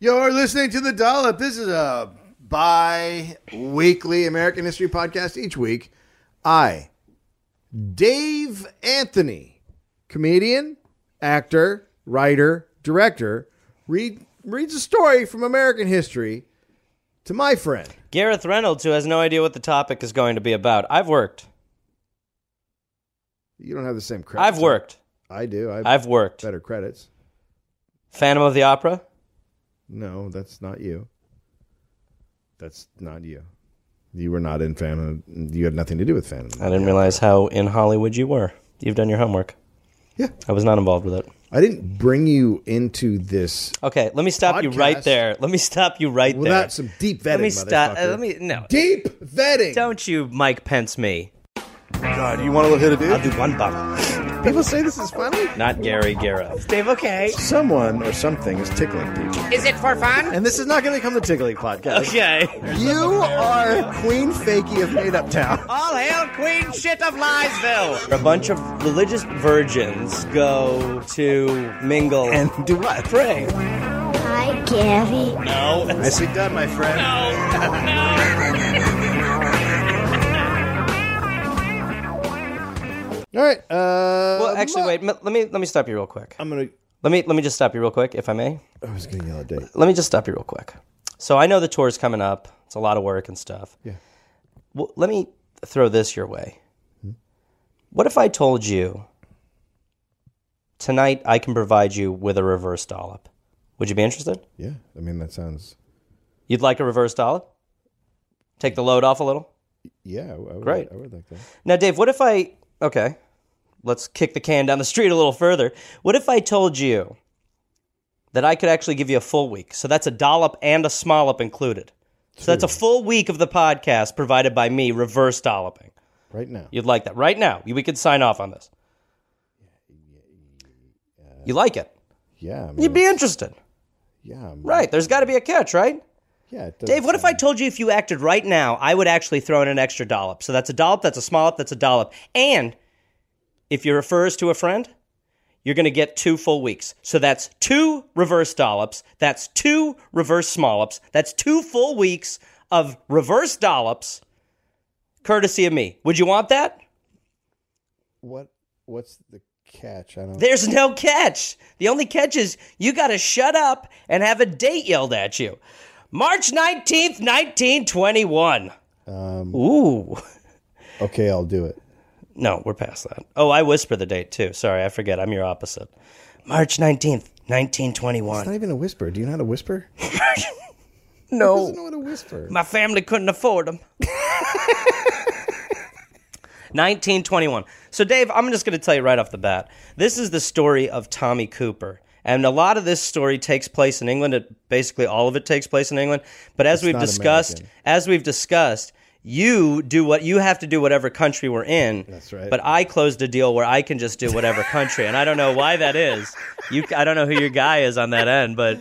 You're listening to The Dollop. This is a bi weekly American history podcast. Each week, I, Dave Anthony, comedian, actor, writer, director, read, reads a story from American history to my friend. Gareth Reynolds, who has no idea what the topic is going to be about. I've worked. You don't have the same credits. I've worked. I do. I've, I've worked. better credits. Phantom of the Opera. No, that's not you. That's not you. You were not in Phantom. You had nothing to do with Phantom. I didn't realize how in Hollywood you were. You've done your homework. Yeah. I was not involved with it. I didn't bring you into this Okay, let me stop you right Podcast. there. Let me stop you right there. without some deep vetting. let me stop. motherfucker. uh, let me no. Deep vetting. Don't you Mike Pence me. God, you want to hit a I'll dude? do one bottle. People say this is funny. Not Gary Gareth. Dave, okay. Someone or something is tickling people, Is it for fun? and this is not going to become the tickling podcast. Okay. You are Queen Fakey of Made Up Town. All hail Queen Shit of Liesville. A bunch of religious virgins go to mingle and do what? pray. Hi, Gary. No. Nicely done, my friend. All right. Uh, Well, actually, wait. m- Let me let me stop you real quick. I'm gonna. Let me let me just stop you real quick, if I may. I was gonna yell at Dave. Let me just stop you real quick. So I know the tour's coming up. It's a lot of work and stuff. Yeah. Well, let me throw this your way. What if I told you tonight I can provide you with a reverse dollop? Would you be interested? Yeah. I mean, that sounds. You'd like a reverse dollop? Take the load off a little. Yeah. I would, Great. I would like that. Now, Dave, what if I. Okay, let's kick the can down the street a little further. What if I told you that I could actually give you a full week? So that's a dollop and a smallop included. So that's a full week of the podcast provided by me, reverse dolloping. Right now. You'd like that right now. We could sign off on this. You like it? Yeah. I mean, You'd be interested. yeah. I mean, Right. There's got to be a catch, right? Yeah. It Dave, what if I told you if you acted right now, I would actually throw in an extra dollop? So that's a dollop, that's a smallop, that's a dollop. And if you refers to a friend, you're going to get two full weeks. So that's two reverse dollops, that's two reverse smallops, that's two full weeks of reverse dollops, courtesy of me. Would you want that? What? What's the catch? I don't. There's no catch. The only catch is you got to shut up and have a date yelled at you. March 19th, 1921. Um, Ooh. okay, I'll do it. No, we're past that. Oh, I whisper the date too. Sorry, I forget. I'm your opposite. March 19th, 1921. It's not even a whisper. Do you know how to whisper? Who doesn't no, know how to whisper? my family couldn't afford them. 1921. So, Dave, I'm just going to tell you right off the bat. This is the story of Tommy Cooper. And a lot of this story takes place in England. It, basically, all of it takes place in England. But as we've not discussed, American. as we've discussed, you do what you have to do, whatever country we're in. That's right. But I closed a deal where I can just do whatever country, and I don't know why that is. You, I don't know who your guy is on that end, but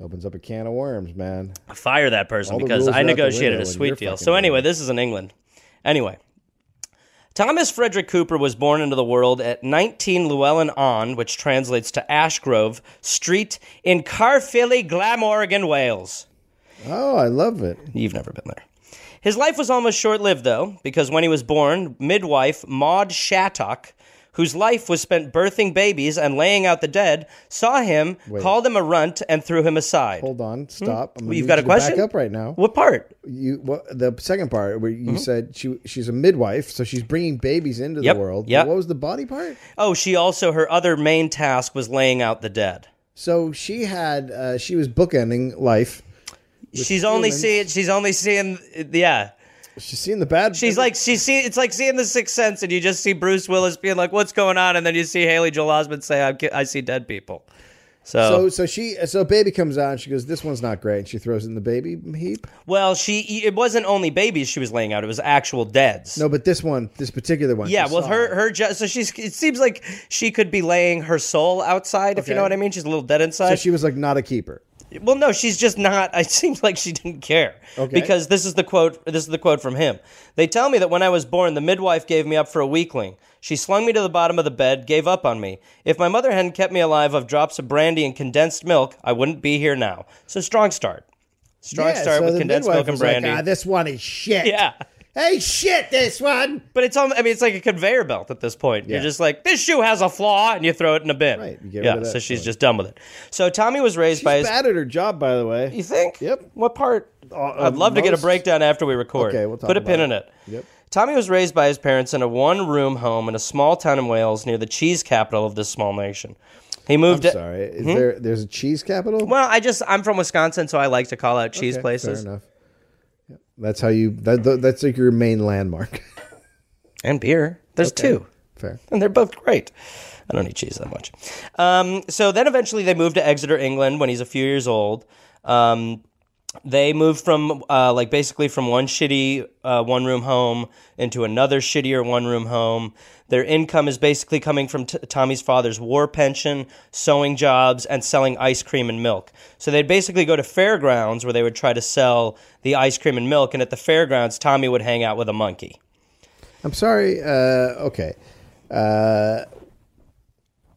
Opens up a can of worms, man. fire that person All the because rules are I out the negotiated window a and sweet you're deal. fucking So doing anyway, this is in England. Anyway, Thomas Frederick Cooper was born into the world at 19 Llewellyn On, which translates to Ashgrove Street in Carfilly, Glamorgan, Wales. Oh, I love it. You've never been there. His life was almost short lived, though, because when he was born, midwife Maud Shattuck, whose life was spent birthing babies and laying out the dead, saw him, called him a runt, and threw him aside. Hold on, stop. I'm gonna Hmm. You've need got you a to question? Back up right now. What part? You what, the second part where you said she she's a midwife, so she's bringing babies into Mm-hmm. Yep, the world. yep. What was the body part? Oh, she also, her other main task was laying out the dead. So she had uh, she was bookending life. she's only humans. seeing, she's only seeing, yeah. She's seen the bad. She's like, she see, it's like seeing The Sixth Sense, and you just see Bruce Willis being like, what's going on? And then you see Haley Joel Osment say, I, I see dead people. so so she so baby comes out. and She goes, this one's not great, and she throws it in the baby heap. Well, she it wasn't only babies she was laying out; it was actual deads. No, but this one, this particular one. yeah, she well, saw. her her jo- so she's it seems like she could be laying her soul outside, if you Okay. know what I mean. She's a little dead So inside. she was like not a keeper. Well, no, she's just not. It seems like she didn't care. Okay. Because this is the quote. This is the quote from him. They tell me that when I was born, the midwife gave me up for a weakling. She slung me to the bottom of the bed, gave up on me. If my mother hadn't kept me alive of drops of brandy and condensed milk, I wouldn't be here now. So strong start. Strong start so with the condensed midwife milk and was like, brandy. "Ah, this one is shit. yeah. Hey, shit, this one. But it's on. I mean, it's like a conveyor belt at this point. Yeah. You're just like, this shoe has a flaw, and you throw it in a bin. Right, you get yeah. rid of that so she's flaw. just done with it. So Tommy was raised She's by his. bad at her job, by the way. You think? Yep. What part? I'd love to get a most- breakdown after we record. Okay, we'll talk Put a about pin it. in it. Yep. Tommy was raised by his parents in a one-room home in a small town in Wales near the cheese capital of this small nation. He moved. to- Sorry, is there? There's a cheese capital. Well, I just I'm from Wisconsin, so I like to call out cheese Okay, places Fair enough. Yep. That's how you. That, tha- that's like your main landmark. and beer. There's two. Fair. and they're both great. I don't eat cheese that much. Um, so then eventually they moved to Exeter, England when he's a few years old. Um, they moved from uh, like basically from one shitty uh, one room home into another shittier one room home. Their income is basically coming from t- Tommy's father's war pension, sewing jobs, and selling ice cream and milk. So they'd basically go to fairgrounds where they would try to sell the ice cream and milk, and at the fairgrounds, Tommy would hang out with a monkey. I'm sorry. Uh, okay. Uh,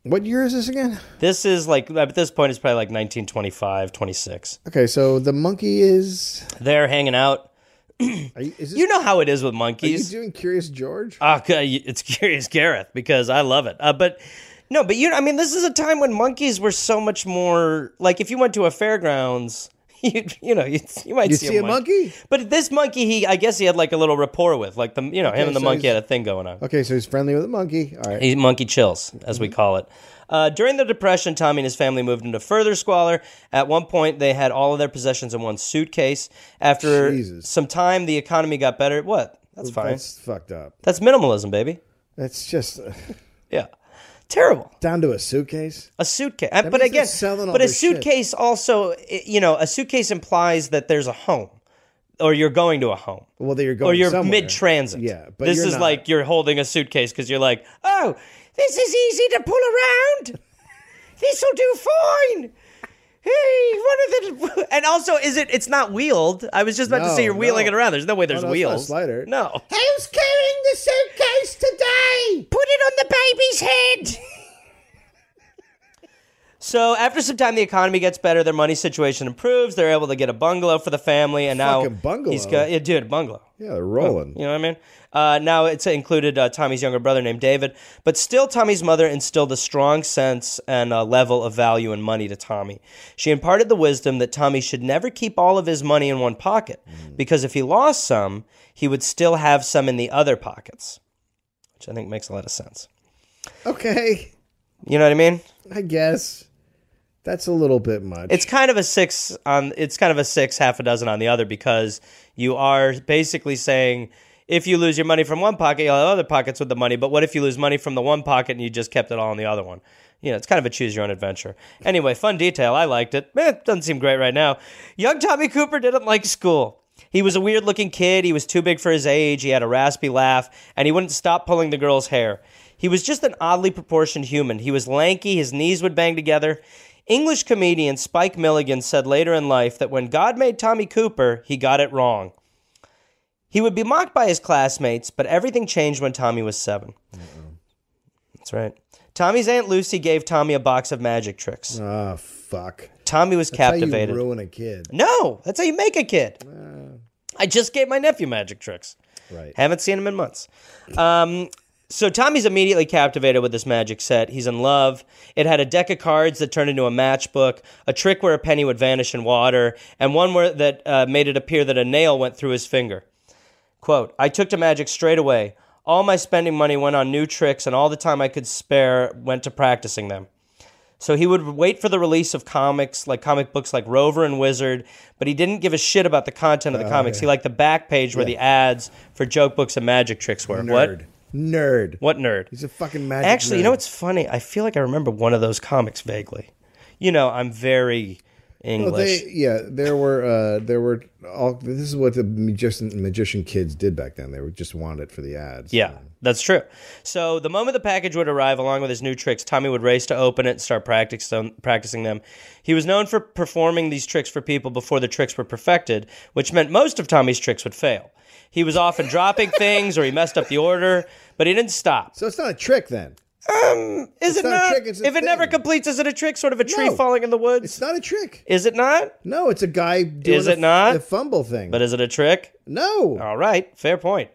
what year is this again? This is like at this point it's probably like 1925, 26. Okay, so the monkey is. They're hanging out. Are you, is this, You know how it is are with you monkeys. doing Curious George? Ah, c- it's curious Gareth because I love it. Uh, but no, but you I mean this is a time when monkeys were so much more like if you went to a fairgrounds, you you know, you, you might you see, see a mon- monkey? But this monkey he I guess he had like a little rapport with like the you know, him and the so monkey he's- had a thing going on. Okay, so he's friendly with a monkey. All right. He monkey chills, as Mm-hmm. we call it. Uh, during the Depression, Tommy and his family moved into further squalor. At one point, they had all of their possessions in one suitcase. After Jesus. some time, the economy got better. What? That's fine. That's, That's fucked up. minimalism, baby. That's just uh, Yeah. Terrible. down to a suitcase. A suitcase. Uh, but means they're again, selling all but a their shit. suitcase also, i- you know, a suitcase implies that there's a home or you're going to a home. Well, there you're going. or you're somewhere. mid transit. Yeah, but this you're is not. like you're holding a suitcase because you're like, oh, this is easy to pull around. this will do fine. Hey, one of the and also is it? It's not wheeled. I was just about to No, say you're wheeling no. it around. There's no way there's no, it's not a wheels. slider. No, Who's carrying the suitcase today? put it on the baby's head. So after some time, the economy gets better. Their money situation improves. They're able to get a bungalow for the family, and now Fucking bungalow. He's got yeah, dude, bungalow. Yeah, they're rolling. You know what I mean? Uh, now it's included uh, Tommy's younger brother named David, but still Tommy's mother instilled a strong sense and uh, level of value and money to Tommy. She imparted the wisdom that Tommy should never keep all of his money in one pocket because if he lost some, he would still have some in the other pockets, which I think makes a lot of sense. Okay, You know what I mean? I guess that's a little bit much. It's kind of a six on. It's kind of a six, half a dozen on the other because you are basically saying if you lose your money from one pocket, you'll have other pockets with the money. But what if you lose money from the one pocket and you just kept it all in the other one? You know, it's kind of a choose your own adventure. Anyway, fun detail. I liked it. Eh, doesn't seem great right now. Young Tommy Cooper didn't like school. He was a weird looking kid. He was too big for his age. He had a raspy laugh, and he wouldn't stop pulling the girl's hair. He was just an oddly proportioned human. He was lanky, his knees would bang together. English comedian Spike Milligan said later in life that when God made Tommy Cooper, he got it wrong. He would be mocked by his classmates, but everything changed when Tommy was 7 That's right. Tommy's Aunt Lucy gave Tommy a box of magic tricks. oh fuck. Tommy was That's captivated. How you ruin a kid, no, that's how you make a kid. I just gave my nephew magic tricks. right? Haven't seen him in months. Um, so Tommy's immediately captivated with this magic set. He's in love. It had a deck of cards that turned into a matchbook, a trick where a penny would vanish in water, and one where that uh, made it appear that a nail went through his finger. Quote, I took to magic straight away. All my spending money went on new tricks, and all the time I could spare went to practicing them. So he would wait for the release of comics, like comic books like Rover and Wizard, but he didn't give a shit about the content of the comics. He liked the back page where the ads for joke books and magic tricks were. Nerd. What? Nerd. What nerd? He's a fucking magic. Actually, you nerd. know what's funny? I feel like I remember one of those comics vaguely. You know, I'm very English. Well, they, yeah, there were uh, there were all. This is what the magician magician kids did back then. They were just wanted it for the ads. Yeah, that's true. So the moment the package would arrive, along with his new tricks, Tommy would race to open it and start practice them, practicing them. He was known for performing these tricks for people before the tricks were perfected, which meant most of Tommy's tricks would fail. He was often dropping things or he messed up the order, but he didn't stop. So it's not a trick then. Is it not a not? trick, it's if a it never thing. completes, is it a trick? Sort of a tree No. falling in the woods? It's not a trick. is it not? No, it's a guy doing Is a it not? the fumble thing. But Oh. is it a trick? no, All right, fair point.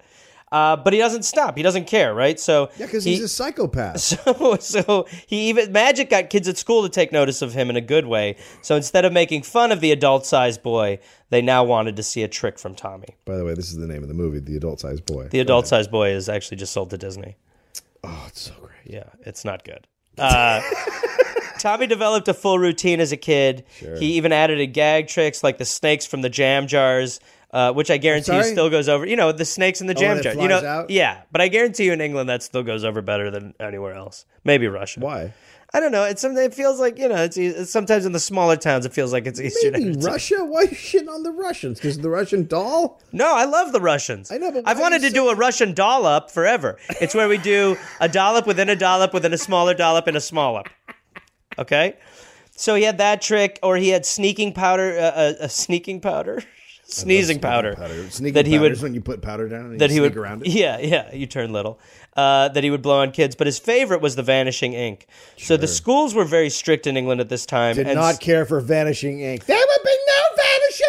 Uh, but he doesn't stop. He doesn't care, right? So yeah, because he- he's a psychopath. So, so he even magic got kids at school to take notice of him in a good way. So instead of making fun of the adult-sized boy, they now wanted to see a trick from Tommy. By the way, this is the name of the movie, The Adult Sized Boy. The adult-sized boy is actually just sold to Disney. oh, it's so great. Yeah, it's not good. Uh, Tommy developed a full routine as a kid. He even added in gag tricks like the snakes from the jam jars, uh, which I guarantee you sorry? Oh, still goes over. You know, the snakes in the jam when it jar. You know, flies out? yeah, but I guarantee you in England that still goes over better than anywhere else. Maybe Russia. Why? I don't know. It's something. It feels like you know. It's, e- sometimes in the smaller towns, it feels like it's easier. Maybe to Russia? Why are you shitting on the Russians? Because the Russian doll? No, I love the Russians. I know, but I've why wanted do to you do a Russian dollop forever. It's where we do a dollop within a dollop within a smaller dollop and a small up. Okay, so he had that trick, or he had sneaking powder, uh, uh, a sneaking powder, sneezing powder, Sneaking that he powder would is when you put powder down and that you he sneak would around it. yeah yeah you turn little uh, that he would blow on kids but his favorite was the vanishing ink so the schools were very strict in england at this time Did and not care for vanishing ink. There would be no vanishing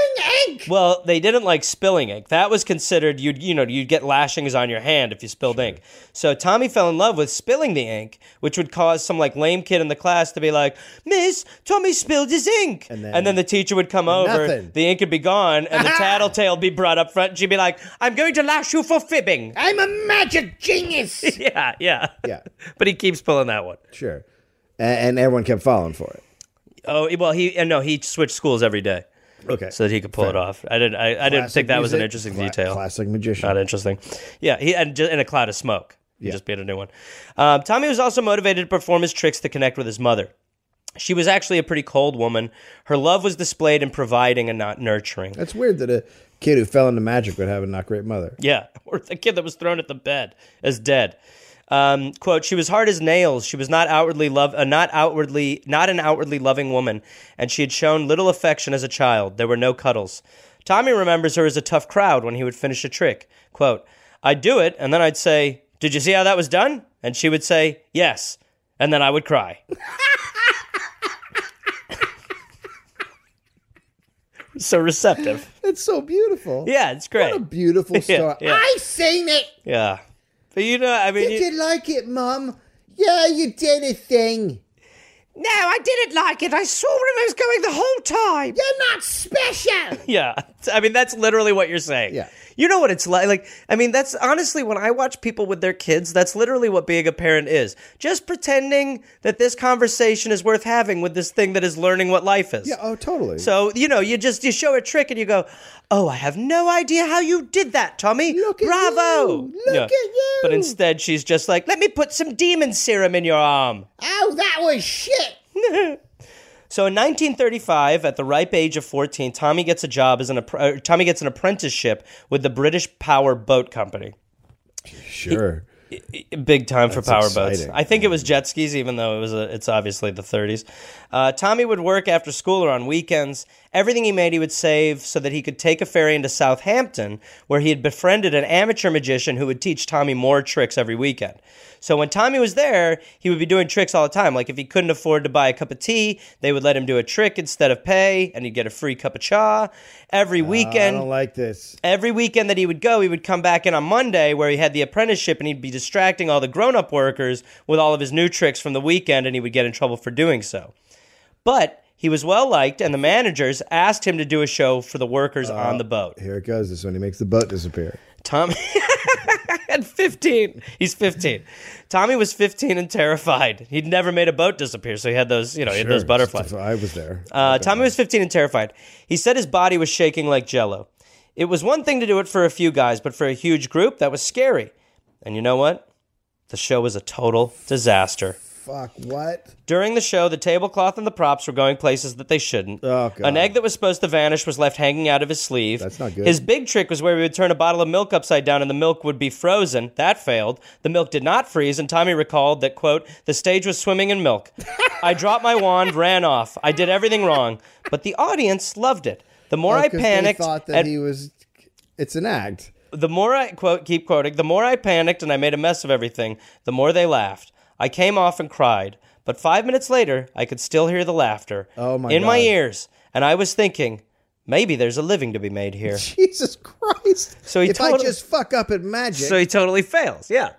ink. Well, they didn't like spilling ink. That was considered you'd you know you'd get lashings on your hand if you spilled ink. So Tommy fell in love with spilling the ink, which would cause some like lame kid in the class to be like, "Miss, Tommy spilled his ink," and then- then, the teacher would come over, nothing. the ink would be gone, and the tattletale would be brought up front, and she'd be like, "I'm going to lash you for fibbing." I'm a magic genius. yeah, yeah, Yeah. but he keeps pulling that one. sure. And, and everyone kept falling for it. Oh well, he and no, he switched schools every day Okay. so that he could pull it off. I didn't. I, I didn't think that was an interesting detail. Classic magician. not interesting. Yeah, he and ju- and a cloud of smoke. He just made a new one. Um, Tommy was also motivated to perform his tricks to connect with his mother. She was actually a pretty cold woman. Her love was displayed in providing and not nurturing. That's weird that a kid who fell into magic would have a not great mother. Yeah, or the kid that was thrown at the bed as dead. Um, quote: She was hard as nails. She was not outwardly love, uh, not outwardly, not an outwardly loving woman, and she had shown little affection as a child. There were no cuddles. Tommy remembers her as a tough crowd when he would finish a trick. Quote: I'd do it, and then I'd say, "Did you see how that was done?" And she would say, "Yes," and then I would cry. so receptive. It's so beautiful. Yeah, it's great. What a beautiful Yeah, story. yeah. I seen it. Yeah. But you know, I mean, Did you like it, Mum? Yeah, you did a thing. no, I didn't like it. I saw where it was going the whole time. You're not special. Yeah. I mean, that's literally what you're saying. Yeah. You know what it's like. Like, I mean, that's honestly when I watch people with their kids, that's literally what being a parent is. Just pretending that this conversation is worth having with this thing that is learning what life is. yeah, oh, totally. So, you know, you just you show a trick and you go, "Oh, I have no idea how you did that, Tommy. Look at Bravo." you. Look at you. But instead she's just like, "Let me put some demon serum in your arm." oh, that was shit. So in 1935, at the ripe age of 14, Tommy gets a job as an appr- uh, Tommy gets an apprenticeship with the British Power Boat Company. Sure. Big time for power boats. exciting. I think it was jet skis, even though it was a, it's obviously the 30s. Uh, Tommy would work after school or on weekends. Everything he made, he would save so that he could take a ferry into Southampton, where he had befriended an amateur magician who would teach Tommy more tricks every weekend. So when Tommy was there, he would be doing tricks all the time. Like if he couldn't afford to buy a cup of tea, they would let him do a trick instead of pay, and he'd get a free cup of cha every I weekend don't like this. every weekend that he would go, he would come back in on Monday where he had the apprenticeship and he'd be distracting all the grown up workers with all of his new tricks from the weekend and he would get in trouble for doing so. But he was well liked and the managers asked him to do a show for the workers on the boat. Here it goes. This one. He makes the boat disappear. Tommy at 15. He's 15. Tommy was 15 and terrified. He'd never made a boat disappear, so he had those, you know, he had those Sure. butterflies. I was there. Uh, Tommy was 15 and terrified. He said his body was shaking like jello. It was one thing to do it for a few guys, but for a huge group, that was scary. And you know what? The show was a total disaster. Fuck, what? During the show, the tablecloth and the props were going places that they shouldn't. Oh, God. An egg that was supposed to vanish was left hanging out of his sleeve. That's not good. His big trick was where we would turn a bottle of milk upside down and the milk would be frozen. That failed. The milk did not freeze, and Tommy recalled that, quote, the stage was swimming in milk. I dropped my wand, ran off. I did everything wrong. But the audience loved it. The more I Oh, 'Cause they panicked. thought that and- he was. It's an act. the more I quote keep quoting, the more I panicked and I made a mess of everything, the more they laughed. I came off and cried, but 5 minutes later I could still hear the laughter Oh, my in my God. ears, and I was thinking, maybe there's a living to be made here. Jesus Christ! So he if I totally- just fuck up at magic, so he totally fails. Yeah.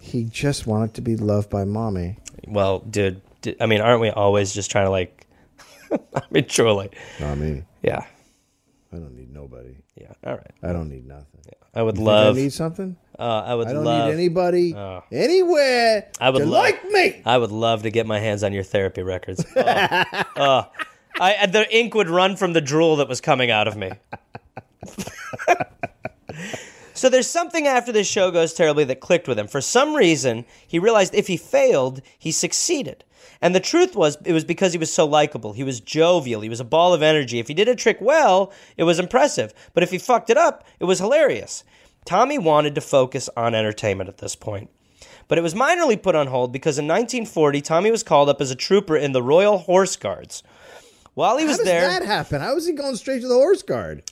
he just wanted to be loved by mommy. Well, dude, d- I mean, aren't we always just trying to like I mean, truly. Not me. Yeah. I don't need nobody. Yeah. All right. I don't need nothing. I would I love need something. uh, I would I don't love need anybody anywhere. I would to love- like me. I would love to get my hands on your therapy records. Oh, oh. I, the ink would run from the drool that was coming out of me. so there's something after this show goes terribly that clicked with him. For some reason, he realized if he failed, he succeeded. And the truth was, it was because he was so likable. He was jovial. He was a ball of energy. If he did a trick well, it was impressive. But if he fucked it up, it was hilarious. Tommy wanted to focus on entertainment at this point but it was minorly put on hold because in 1940 Tommy was called up as a trooper in the Royal Horse Guards. While he How was does there, that happen? How is he going straight to the horse guard?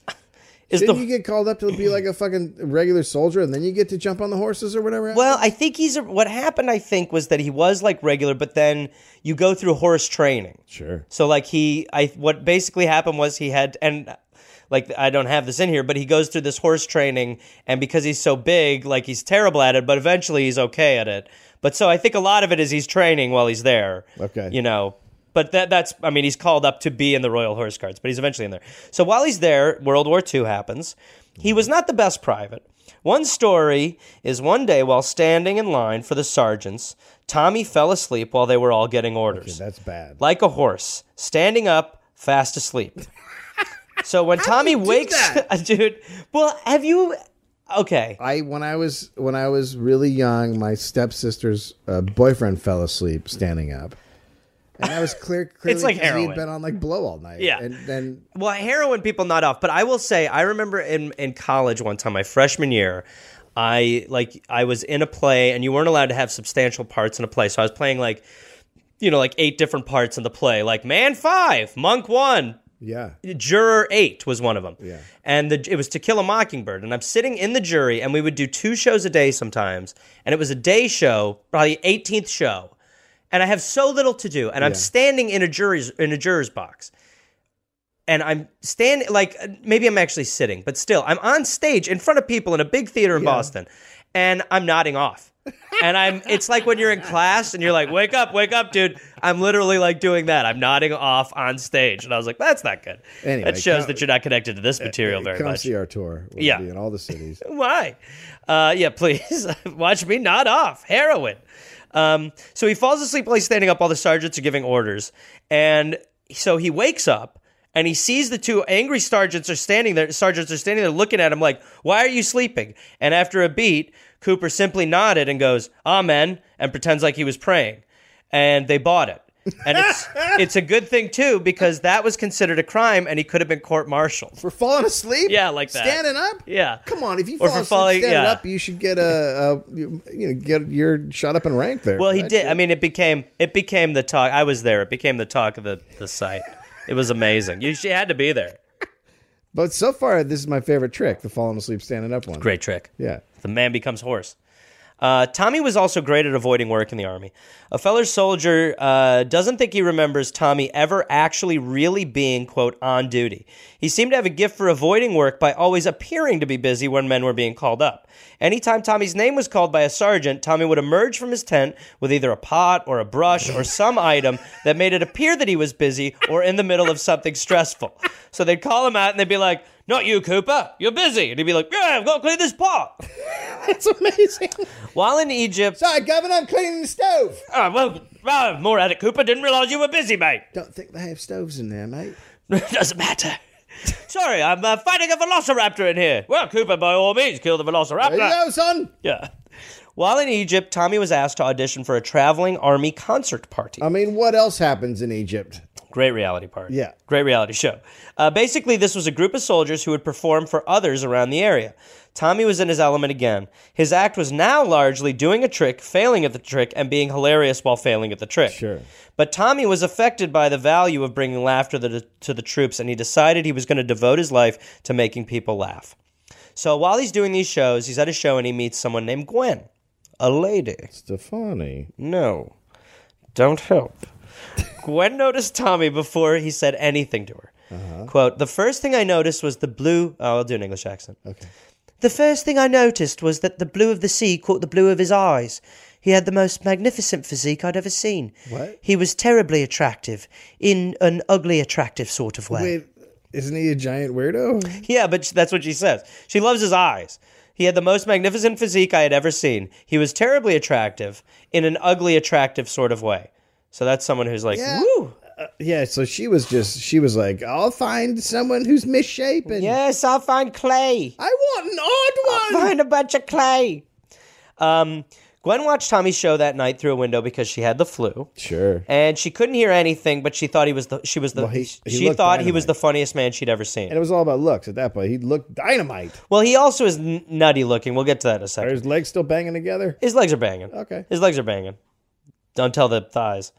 is Didn't the you get called up to be like a fucking regular soldier, and then you get to jump on the horses or whatever? well, I think he's a, what happened. I think was that he was like regular, but then you go through horse training. sure. So like he, I what basically happened was he had and like I don't have this in here, but he goes through this horse training, and because he's so big, like he's terrible at it, but eventually he's okay at it. But so I think a lot of it is he's training while he's there. Okay. you know. But that, that's, I mean, he's called up to be in the Royal Horse Guards, but he's eventually in there. So while he's there, World War II happens. He was not the best private. One story is one day while standing in line for the sergeants, Tommy fell asleep while they were all getting orders That's bad. like a horse, standing up, fast asleep. so when Tommy wakes, dude, well, have you? Okay, I when I was when I was really young, my stepsister's uh, boyfriend fell asleep standing up, and that was clear. Clearly like 'cause heroin. He'd been on like blow all night. Yeah. and then well, heroin people not off, but I will say I remember in in college one time, my freshman year. I like I was in a play and you weren't allowed to have substantial parts in a play. So I was playing like you know like eight different parts in the play, like man 5, monk 1, yeah, juror eight was one of them. Yeah. And the, it was To Kill a Mockingbird. And I'm sitting in the jury, and we would do two shows a day sometimes. And it was a day show, probably 18th show. And I have so little to do, and I'm standing in a jury's in a juror's box. And I'm standing like maybe I'm actually sitting, but still I'm on stage in front of people in a big theater in Boston, and I'm nodding off. And I'm it's like when you're in class and you're like, wake up, wake up, dude. I'm literally like doing that. I'm nodding off on stage. And I was like, that's not good. Anyway, that shows come- that you're not connected to this material very come much. see our tour. We'll Yeah. be in all the cities. Why? Uh, yeah, please watch me nod off heroin. Um, so he falls asleep while he's standing up. All the sergeants are giving orders, and so he wakes up and he sees the two angry sergeants are standing there. Sergeants are standing there looking at him like, "Why are you sleeping?" And after a beat, Cooper simply nodded and goes, "Amen," and pretends like he was praying, and they bought it. And it's it's a good thing too because that was considered a crime and he could have been court-martialed. For falling asleep, Yeah, like that. standing up. Yeah. Come on, if you Or fall for asleep falling- standing yeah. up, you should get a, a you know get your shot up in rank there. Well, he right? did. I mean, it became it became the talk. I was there. It became the talk of the, the site. It was amazing. You she had to be there. But so far, this is my favorite trick: the falling asleep standing up one. Great trick. Yeah. The man becomes horse. Uh, Tommy was also great at avoiding work in the army. A fellow soldier uh, doesn't think he remembers Tommy ever actually really being, quote, on duty. He seemed to have a gift for avoiding work by always appearing to be busy when men were being called up. Anytime Tommy's name was called by a sergeant, Tommy would emerge from his tent with either a pot or a brush or some item that made it appear that he was busy or in the middle of something stressful. So they'd call him out and they'd be like, Not you, Cooper, you're busy. And he'd be like, Yeah, I'm going to clean this pot. That's amazing. While in Egypt, Sorry, Governor, I'm cleaning the stove. Oh, well, oh, more at it, Cooper. Didn't realize you were busy, mate. Don't think they have stoves in there, mate. Doesn't matter. Sorry, I'm uh, fighting a velociraptor in here. Well, Cooper, by all means, kill the velociraptor. son. Yeah. While in Egypt, Tommy was asked to audition for a traveling army concert party. I mean, what else happens in Egypt? Great reality party. Yeah. Great reality show. Uh, basically, this was a group of soldiers who would perform for others around the area. Tommy was in his element again. His act was now largely doing a trick, failing at the trick, and being hilarious while failing at the trick. Sure. But Tommy was affected by the value of bringing laughter to the, to the troops, and he decided he was going to devote his life to making people laugh. So while he's doing these shows, he's at a show and he meets someone named Gwen, a lady. Stefani. No, don't help. Gwen noticed Tommy before he said anything to her. Quote, the first thing I noticed was the blue. Oh, I'll do an English accent. Okay. The first thing I noticed was that the blue of the sea caught the blue of his eyes. He had the most magnificent physique I'd ever seen. What? He was terribly attractive, in an ugly, attractive sort of way. Wait, isn't he a giant weirdo? Yeah, but sh- that's what she says. She loves his eyes. He had the most magnificent physique I had ever seen. He was terribly attractive in an ugly, attractive sort of way. So that's someone who's like, Yeah. woo, Yeah, so she was just, she was like, I'll find someone who's misshapen. yes, I'll find clay. I want an odd one. Find a bunch of clay. Um, Gwen watched Tommy's show that night through a window because she had the flu. Sure. And she couldn't hear anything, but she thought he was the she was the he- he she looked thought he was dynamite. the funniest man she'd ever seen. And it was all about looks at that point. He looked dynamite. well, he also is n- nutty looking. We'll get to that in a second. Are his legs still banging together? His legs are banging. Okay. His legs are banging. Don't tell the thighs.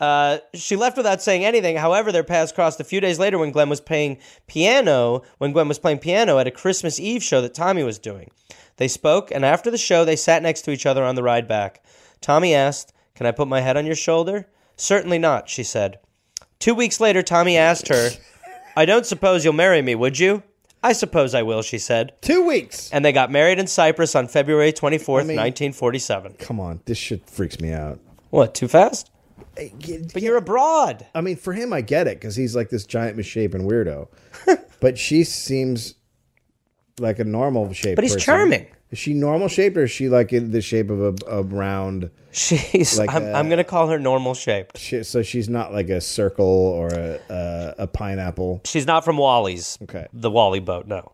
Uh, she left without saying anything. However, their paths crossed a few days later when Glenn was playing piano. When Gwen was playing piano at a Christmas Eve show that Tommy was doing, they spoke, and after the show, they sat next to each other on the ride back. Tommy asked, "Can I put my head on your shoulder?" "Certainly not," she said. Two weeks later, Tommy asked her, "I don't suppose you'll marry me, would you?" "I suppose I will," she said. Two weeks. And they got married in Cyprus on February twenty fourth, nineteen forty seven. Come on, this shit freaks me out. What, too fast? But you're abroad. I mean, for him, I get it because he's like this giant misshapen weirdo. but she seems like a normal shape. But he's charming. Is she normal shaped or is she like in the shape of a, a round? She's. Like, I'm, I'm uh, going to call her normal shaped. She, so she's not like a circle or a a, a pineapple. She's not from Wally's. Okay. The Wally boat, no.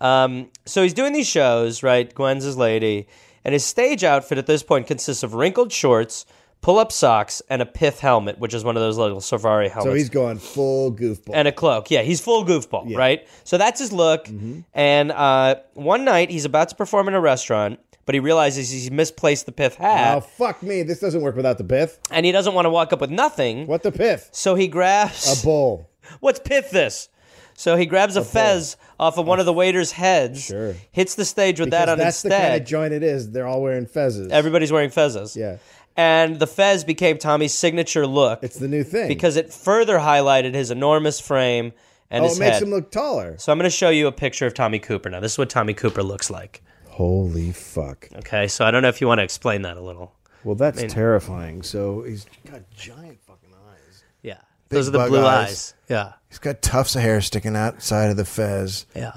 Um, so he's doing these shows, right? Gwen's his lady. And his stage outfit at this point consists of wrinkled shorts, pull up socks, and a pith helmet, which is one of those little safari helmets. So he's going full goofball. and a cloak. Yeah, he's full goofball, right? So that's his look. Mm-hmm. And uh, one night he's about to perform in a restaurant, but he realizes he's misplaced the pith hat, oh fuck me! This doesn't work without the pith. and he doesn't want to walk up with nothing. What the pith? So he A grabs bull. what's pith this? So he grabs a, fez off of one of the waiters' heads, Sure. hits the stage with that Because on that's its the head. kind of joint it is. They're all wearing fezzes. Everybody's wearing fezes. Yeah. And the fez became Tommy's signature look it's the new thing because it further highlighted his enormous frame and oh, his it makes head. him look taller. so I'm going to show you a picture of Tommy Cooper now. This is what Tommy Cooper looks like. Holy fuck! Okay, so I don't know if you want to explain that a little. Well, that's terrifying. So he's got giant fucking eyes. Yeah, those are the bug blue eyes. eyes. Yeah, He's got tufts of hair sticking outside of the fez, yeah.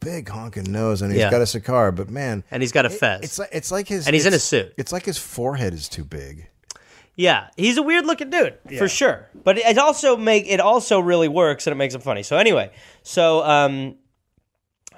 big honking nose, and he's Yeah. got a cigar. But man, And he's got a fez. it's like it's like his And he's in it's- a suit. It's like his forehead is too big. Yeah, he's a weird looking dude for sure. But it also make it also really works and it makes him funny. So anyway, so um,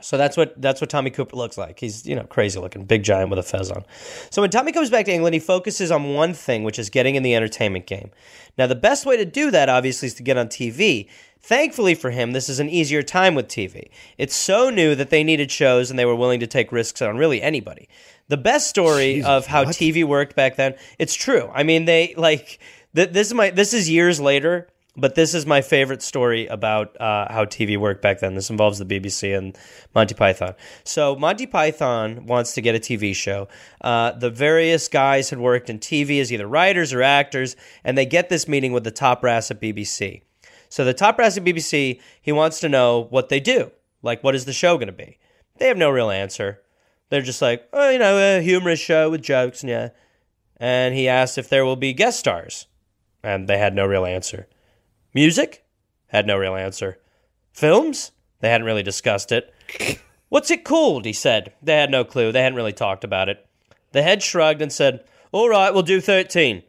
so that's what that's what Tommy Cooper looks like. He's you know crazy looking, big giant with a fez on. So when Tommy comes back to England, he focuses on one thing, which is getting in the entertainment game. Now the best way to do that, obviously, is to get on TV. Thankfully for him, this is an easier time with TV. It's so new that they needed shows and they were willing to take risks on really anybody. The best story of how TV worked back then, it's true. I mean, they like th- this is my this is years later but this is my favorite story about uh, how TV worked back then. This involves the BBC and Monty Python. So Monty Python wants to get a TV show. Uh, the various guys had worked in TV as either writers or actors, and they get this meeting with the top brass at BBC. So the top brass at BBC, he wants to know what they do. Like, what is the show going to be? They have no real answer. They're just like, oh, you know, a humorous show with jokes, yeah. And he asked if there will be guest stars, and they had no real answer. Music? Had no real answer. Films? They hadn't really discussed it. What's it called? He said. They had no clue. They hadn't really talked about it. The head shrugged and said, All right, we'll do 13.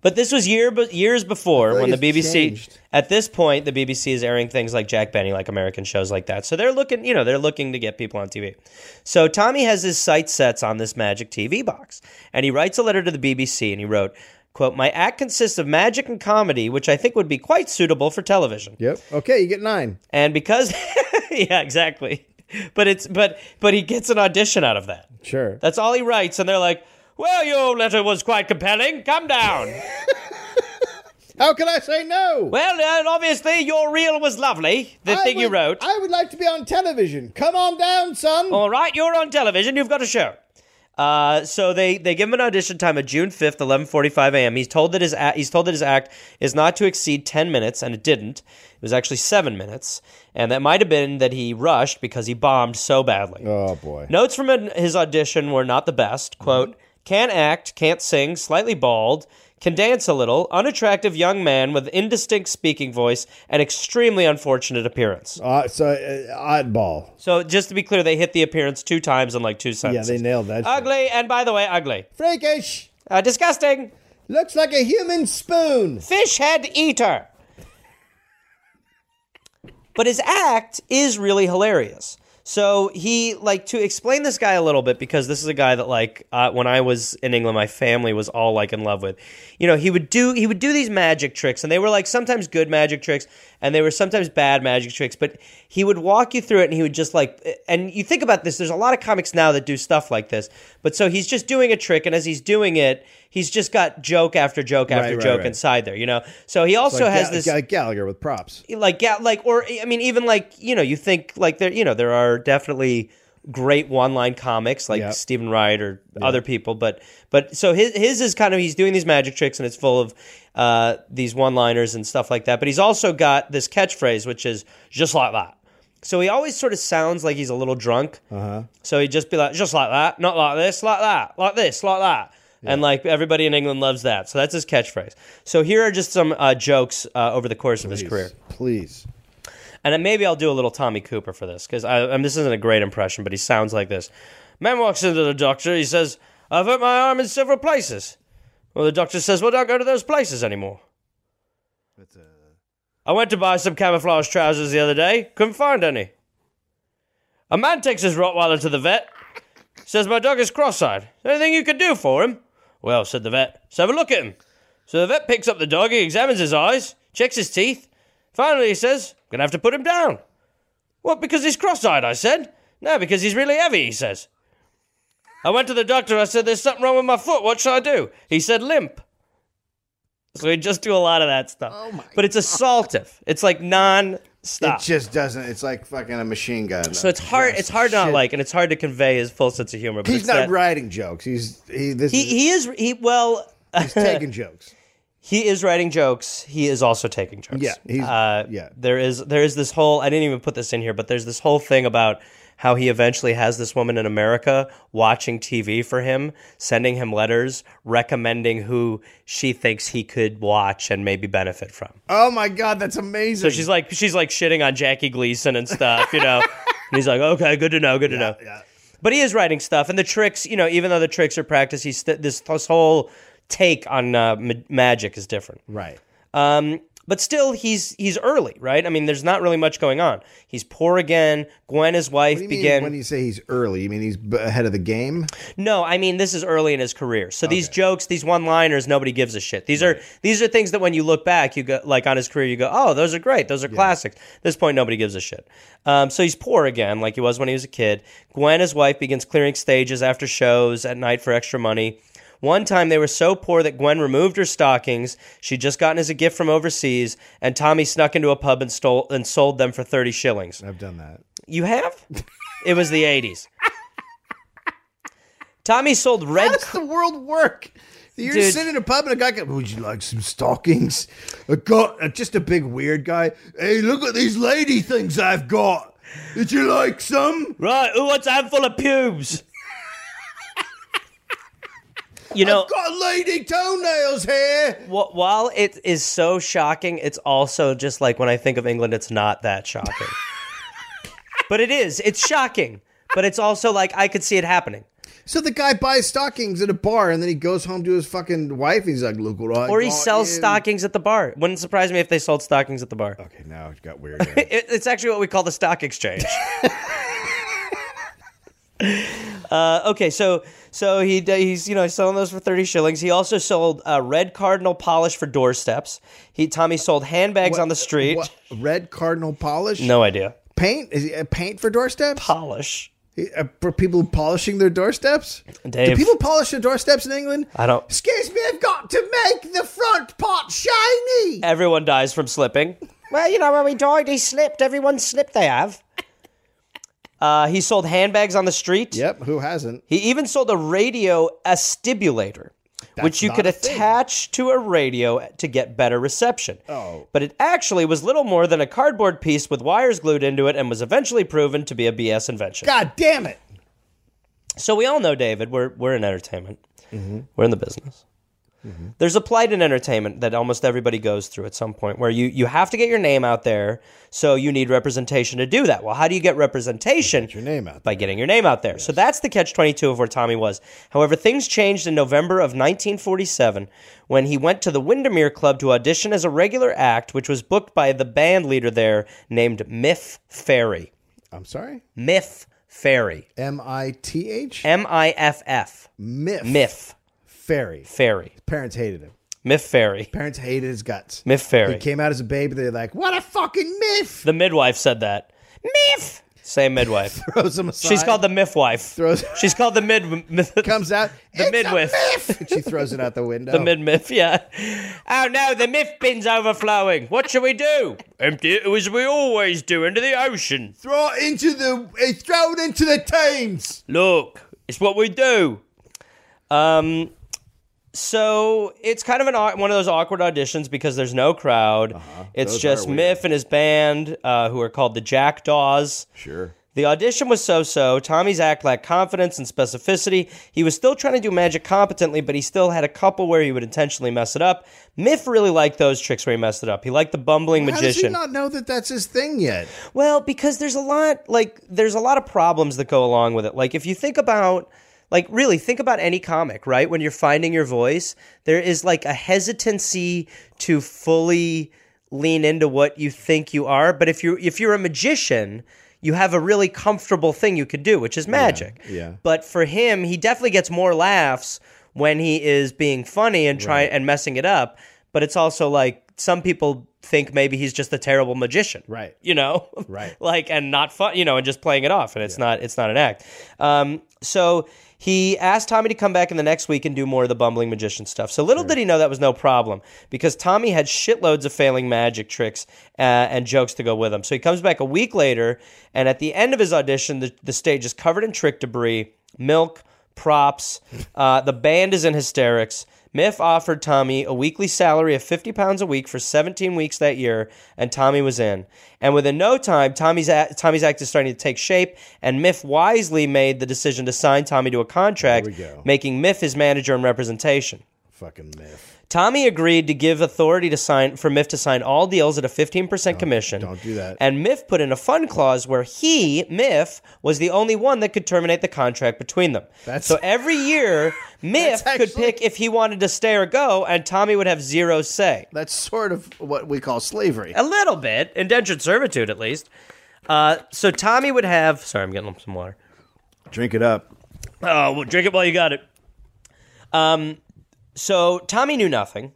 But this was year be- years before like when the it's BBC. changed. At this point, the BBC is airing things like Jack Benny, like American shows like that. So they're looking, you know, they're looking to get people on TV. So Tommy has his sights sets on this magic TV box, and he writes a letter to the BBC, and he wrote. Quote, my act consists of magic and comedy, which I think would be quite suitable for television. Yep. Okay, you get nine. And because Yeah, exactly. But it's but but he gets an audition out of that. Sure. That's all he writes, and they're like, Well, your letter was quite compelling. Come down. How can I say no? well, and obviously your reel was lovely, the I thing you would- wrote. Oh. I would like to be on television. Come on down, son. all right, you're on television, you've got a show. Uh, so they, they give him an audition time of June fifth, eleven forty five a.m. He's told that his act, he's told that his act is not to exceed ten minutes, and it didn't. It was actually seven minutes, and that might have been that he rushed because he bombed so badly. Oh boy. Notes from an- his audition were not the best. Quote, can't act, can't sing, slightly bald, can dance a little, unattractive young man with indistinct speaking voice and extremely unfortunate appearance. Uh, so uh, oddball. So just to be clear, they hit the appearance two times in like two Yeah, sentences. they nailed that. shit. Ugly, and by the way, ugly. Freakish. Uh, disgusting. Looks like a human spoon. Fish head eater. But his act is really hilarious. So he like to explain this guy a little bit because this is a guy that like uh, when I was in England, my family was all like in love with. You know, he would do he would do these magic tricks, and they were like sometimes good magic tricks, and they were sometimes bad magic tricks. But he would walk you through it, and he would just like. And you think about this, there's a lot of comics now that do stuff like this. But so he's just doing a trick, and as he's doing it, he's just got joke after joke after right, joke right. inside there. You know, so he also has Ga- this Ga- Gallagher with props. like yeah like or i mean even like you know you think like there you know there are definitely great one-line comics like Yeah. Stephen Wright or other people but but so his his is kind of he's doing these magic tricks and it's full of uh these one-liners and stuff like that but he's also got this catchphrase which is just like that so he always sort of sounds like he's a little drunk uh-huh. so he'd just be like just like that not like this like that like this like that and like everybody in England loves that, so that's his catchphrase. So here are just some uh, jokes uh, over the course of his career. Please. And then maybe I'll do a little Tommy Cooper for this because I, I mean, this isn't a great impression, but he sounds like this. Man walks into the doctor. He says, "I've hurt my arm in several places." Well, the doctor says, "Well, don't go to those places anymore." I went to buy some camouflage trousers the other day. Couldn't find any. A man takes his Rottweiler to the vet. Says my dog is cross-eyed. Is there Anything you could do for him? Well, said the vet. Let's have a look at him. So the vet picks up the dog. He examines his eyes, checks his teeth. Finally, he says, I'm going to have to put him down. What, because he's cross eyed? I said. No, because he's really heavy, he says. I went to the doctor. I said, There's something wrong with my foot. What should I do? He said, Limp. So we just do a lot of that stuff. Oh my but it's assaultive, it's like non stop. It just doesn't. It's like fucking a machine gun. so it's hard. It's hard to not shit. like, and it's hard to convey his full sense of humor. But He's it's not that- writing jokes. He's he. This He, is, he is. He well. he's taking jokes. He is writing jokes. He is also taking jokes. Yeah, he's- uh, yeah. There is there is this whole. I didn't even put this in here, but there's this whole thing about how he eventually has this woman in America watching TV for him, sending him letters recommending who she thinks he could watch and maybe benefit from. Oh my god, that's amazing. So she's like she's like shitting on Jackie Gleason and stuff, you know. and he's like, okay, good to know, good to know. yeah. But he is writing stuff, and the tricks, you know, even though the tricks are practiced, he's st- this, this whole take on uh, ma- magic is different. right. Um, but still, he's he's early, right? I mean, there's not really much going on. He's poor again. Gwen, his wife, You mean began. when you say he's early, you mean he's b- ahead of the game? No, I mean this is early in his career. So these jokes, these one-liners, nobody gives a shit. These are these are things that when you look back, you go like on his career, you go, oh, those are great, those are classics. At this point, nobody gives a shit. Um, so he's poor again, like he was when he was a kid. Gwen, his wife, begins clearing stages after shows at night for extra money. One time they were so poor that Gwen removed her stockings she'd just gotten as a gift from overseas, and Tommy snuck into a pub and stole and sold them for thirty shillings. I've done that. You have? it was the 80s. Tommy sold red. How does the world work? You're Dude. sitting in a pub and a guy goes, Would you like some stockings? I got uh, just a big weird guy. Hey, look at these lady things I've got. Did you like some? Right, who wants a handful of pubes? you know, I've got lady toenails here. wh- while it is so shocking, it's also just like when I think of England, it's not that shocking. but it is. It's shocking. But it's also like I could see it happening. So the guy buys stockings at a bar and then he goes home to his fucking wife. and He's like, look what I Or he got sells you." stockings at the bar. Wouldn't surprise me if they sold stockings at the bar. Okay, now it got weird. It, it's actually what we call the stock exchange. uh, okay, so so he d- he's you know selling those for thirty shillings. He also sold uh, red cardinal polish for doorsteps. He Tommy sold handbags on the street. What, red cardinal polish? No idea. Paint? Is it a paint for doorsteps? Polish. Uh, for people polishing their doorsteps? Do Dave. people polish their doorsteps in England? I don't. Excuse me, I've got to make the front part shiny. Everyone dies from slipping. Well, you know, when we died, he slipped. Everyone slipped. They have. Uh, he sold handbags on the street. Yep, who hasn't? He even sold a radio astibulator, which you not could a thing. attach to a radio to get better reception. Oh. But it actually was little more than a cardboard piece with wires glued into it and was eventually proven to be a BS invention. God damn it. So we all know, David, we're, we're in entertainment, Mm-hmm. we're in the business. There's a plight in entertainment that almost everybody goes through at some point where you, you have to get your name out there, so you need representation to do that. Well, how do you get representation? Your name out. by getting your name out there. So that's the catch 22 of where Tommy was. However, things changed in November of 1947 when he went to the Windermere Club to audition as a regular act, which was booked by the band leader there named Miff Ferry. I'm sorry? Miff Ferry. M I T H? M I F F. Miff. Miff Fairy. Ferry. Parents hated him. Miff Ferry. Parents hated his guts. Miff He Ferry. came out as a baby. They're like, what a fucking miff. The midwife said that. Miff! Same midwife. Throws him aside. She's called the Miff wife. Throws- She's called the mid. Comes out. The "It's a midwiff. miff!" And she throws it out the window. The mid miff, yeah. Oh no, the miff bin's overflowing. What shall we do? Empty it as we always do into the ocean. Throw it into the. It's thrown into the Thames. Look, it's what we do. Um, so it's kind of an au- one of those awkward auditions because there's no crowd. It's Uh-huh. Those just are weird. Miff and his band, uh, who are called the Jackdaws. Sure. The audition was so so. Tommy's act lacked confidence and specificity. He was still trying to do magic competently, but he still had a couple where he would intentionally mess it up. Miff really liked those tricks where he messed it up. He liked the bumbling How does he magician. not know that that's his thing yet? well, because there's a lot like there's a lot of problems that go along with it. Like if you think about like really think about any comic, right? When you're finding your voice, there is like a hesitancy to fully lean into what you think you are. But if you if you're a magician, you have a really comfortable thing you could do, which is magic. yeah. But for him, he definitely gets more laughs when he is being funny and try and messing it up. But it's also like some people think maybe he's just a terrible magician, Right. You know, Right. like and not fun, you know, and just playing it off, and it's not it's not an act. Um, so he asked Tommy to come back in the next week and do more of the bumbling magician stuff. So little did he know that was no problem because Tommy had shitloads of failing magic tricks uh, and jokes to go with him. So he comes back a week later, and at the end of his audition, the, the stage is covered in trick debris, milk, props. Uh, the band is in hysterics. Miff offered Tommy a weekly salary of 50 pounds a week for 17 weeks that year, and Tommy was in. And within no time, Tommy's, act, Tommy's act is starting to take shape, and Miff wisely made the decision to sign Tommy to a contract, go. making Miff his manager and representation. Fucking miff. Tommy agreed to give authority to sign for Miff to sign all deals at a 15% commission. don't do that. And Miff put in a fun clause where he, Miff, was the only one that could terminate the contract between them. That's- so every year, Miff That's could actually- pick if he wanted to stay or go, and Tommy would have zero say. That's sort of what we call slavery. A little bit, indentured servitude at least. Uh, so Tommy would have. Sorry, I'm getting some water. Drink it up. Oh, well, drink it while you got it. Um, so Tommy knew nothing,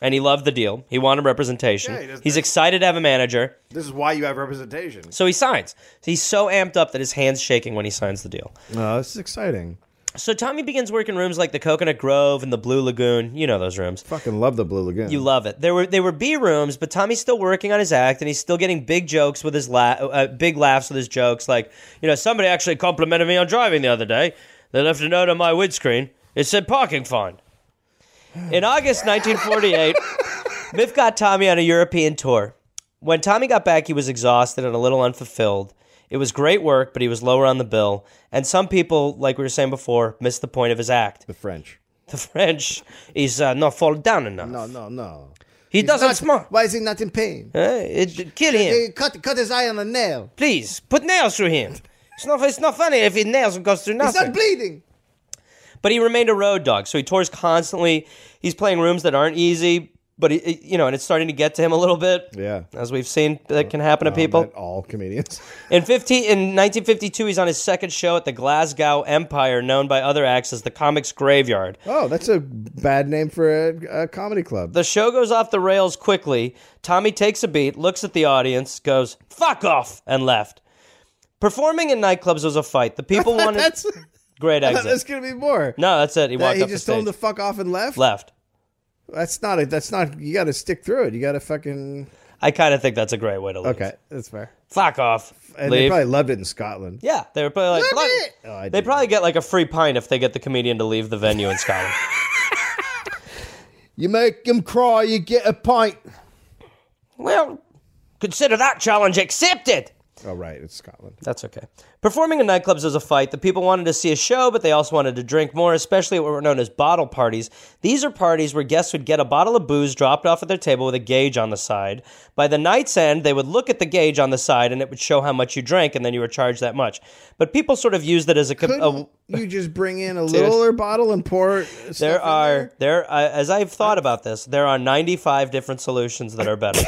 and he loved the deal. He wanted representation. Yeah, he doesn't- He's excited to have a manager, This is why you have representation. so he signs. He's so amped up that his hand's shaking when he signs the deal. No, this is exciting. So Tommy begins working rooms like the Coconut Grove and the Blue Lagoon. You know those rooms. Fucking love the Blue Lagoon. You love it. There were they were B rooms, but Tommy's still working on his act, and he's still getting big jokes with his la- uh, big laughs with his jokes. Like you know, somebody actually complimented me on driving the other day. They left a note on my windscreen. It said parking fine. In August 1948, Miff got Tommy on a European tour. When Tommy got back, he was exhausted and a little unfulfilled. It was great work, but he was lower on the bill, and some people, like we were saying before, missed the point of his act. the French. The French is uh, not fall down enough. No, no, no. He doesn't smile. Why is he not in pain? Uh, it, kill him, cut, cut his eye on a nail. please. Put nails through him. It's not, it's not funny if it nails goes through nothing. bleeding. But he remained a road dog, so he tours constantly. He's playing rooms that aren't easy, but he- he, you know, and it's starting to get to him a little bit. Yeah. as we've seen, that can happen to people. Not all comedians. In 15, in 1952, he's on his second show at the Glasgow Empire, known by other acts as the Comics Graveyard. Oh, that's a bad name for a, a comedy club. The show goes off the rails quickly. Tommy takes a beat, looks at the audience, goes, fuck off, and left. Performing in nightclubs was a fight. The people wanted. that's Great I thought exit. that's gonna be more. No, that's it. He That walked he up just the told stage. him to fuck off and left. left. That's not it. That's not. You got to stick through it. You got to fucking. I kind of think that's a great way to leave. Okay, that's fair. Fuck off. And they leave. probably loved it in Scotland. yeah, they were probably like. Love "Fuck-" it! Oh, I they didn't. probably get like a free pint if they get the comedian to leave the venue in Scotland. You make them cry, you get a pint. well, consider that challenge accepted. Oh right, it's Scotland. That's okay. Performing in nightclubs was a fight. The people wanted to see a show, but they also wanted to drink more, especially what were known as bottle parties. These are parties where guests would get a bottle of booze dropped off at their table with a gauge on the side. By the night's end, they would look at the gauge on the side and it would show how much you drank, and then you were charged that much. But people sort of used it as a. com- Couldn't a you just bring in a littler bottle and pour? Stuff in Oh. there are there uh, as I've thought about this, there are 95 different solutions that are better.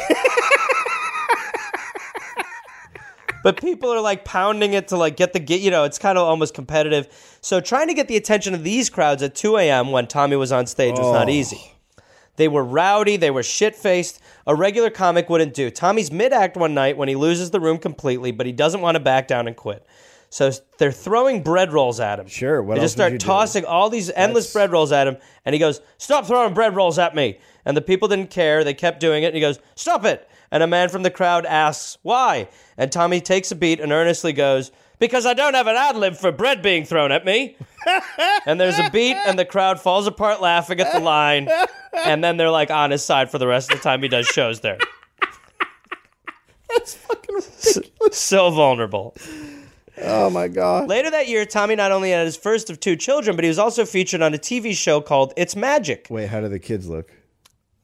but people are like pounding it to like get the get you know it's kind of almost competitive. So trying to get the attention of these crowds at 2 a.m. when Tommy was on stage was Oh. not easy. They were rowdy. They were shit faced. A regular comic wouldn't do. Tommy's mid act one night when he loses the room completely, but he doesn't want to back down and quit. So they're throwing bread rolls at him. Sure, what they else just would start you do? tossing all these endless bread rolls at him, and he goes, "Stop throwing bread rolls at me!" And the people didn't care. They kept doing it, and he goes, "Stop it!" And a man from the crowd asks, "Why?" And Tommy takes a beat and earnestly goes, "Because I don't have an ad lib for bread being thrown at me." and there's a beat, and the crowd falls apart laughing at the line, and then they're like on his side for the rest of the time he does shows there. That's fucking ridiculous. So vulnerable. oh my god. Later that year, Tommy not only had his first of two children, but he was also featured on a TV show called It's Magic. Wait, how do the kids look?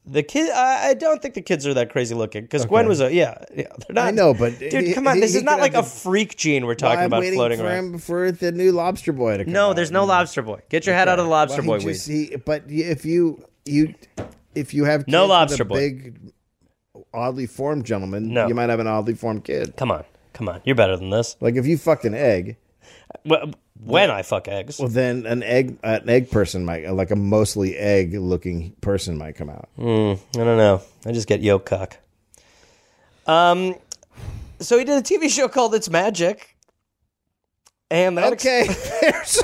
The kid, I I don't think the kids are that crazy looking because Gwen was a yeah, yeah. They're not. I know, but dude, he- come on, he- this he is not could like a have the- freak gene we're talking I'm about waiting floating for around. him for the new lobster boy to come. No, out. there's no lobster boy. Get your head out of the lobster Well, boy he weed. just- he- but y- if you you if you have kids No with a lobster boy. big oddly formed gentleman, No. you might have an oddly formed kid. Come on, come on, you're better than this. Like if you fucked an egg, Wh- When I fuck eggs, well then an egg an egg person might like a mostly egg looking person might come out. I don't know. I just get yo cuck. Um, so he did a TV show called It's Magic, and that ex- Okay, there's,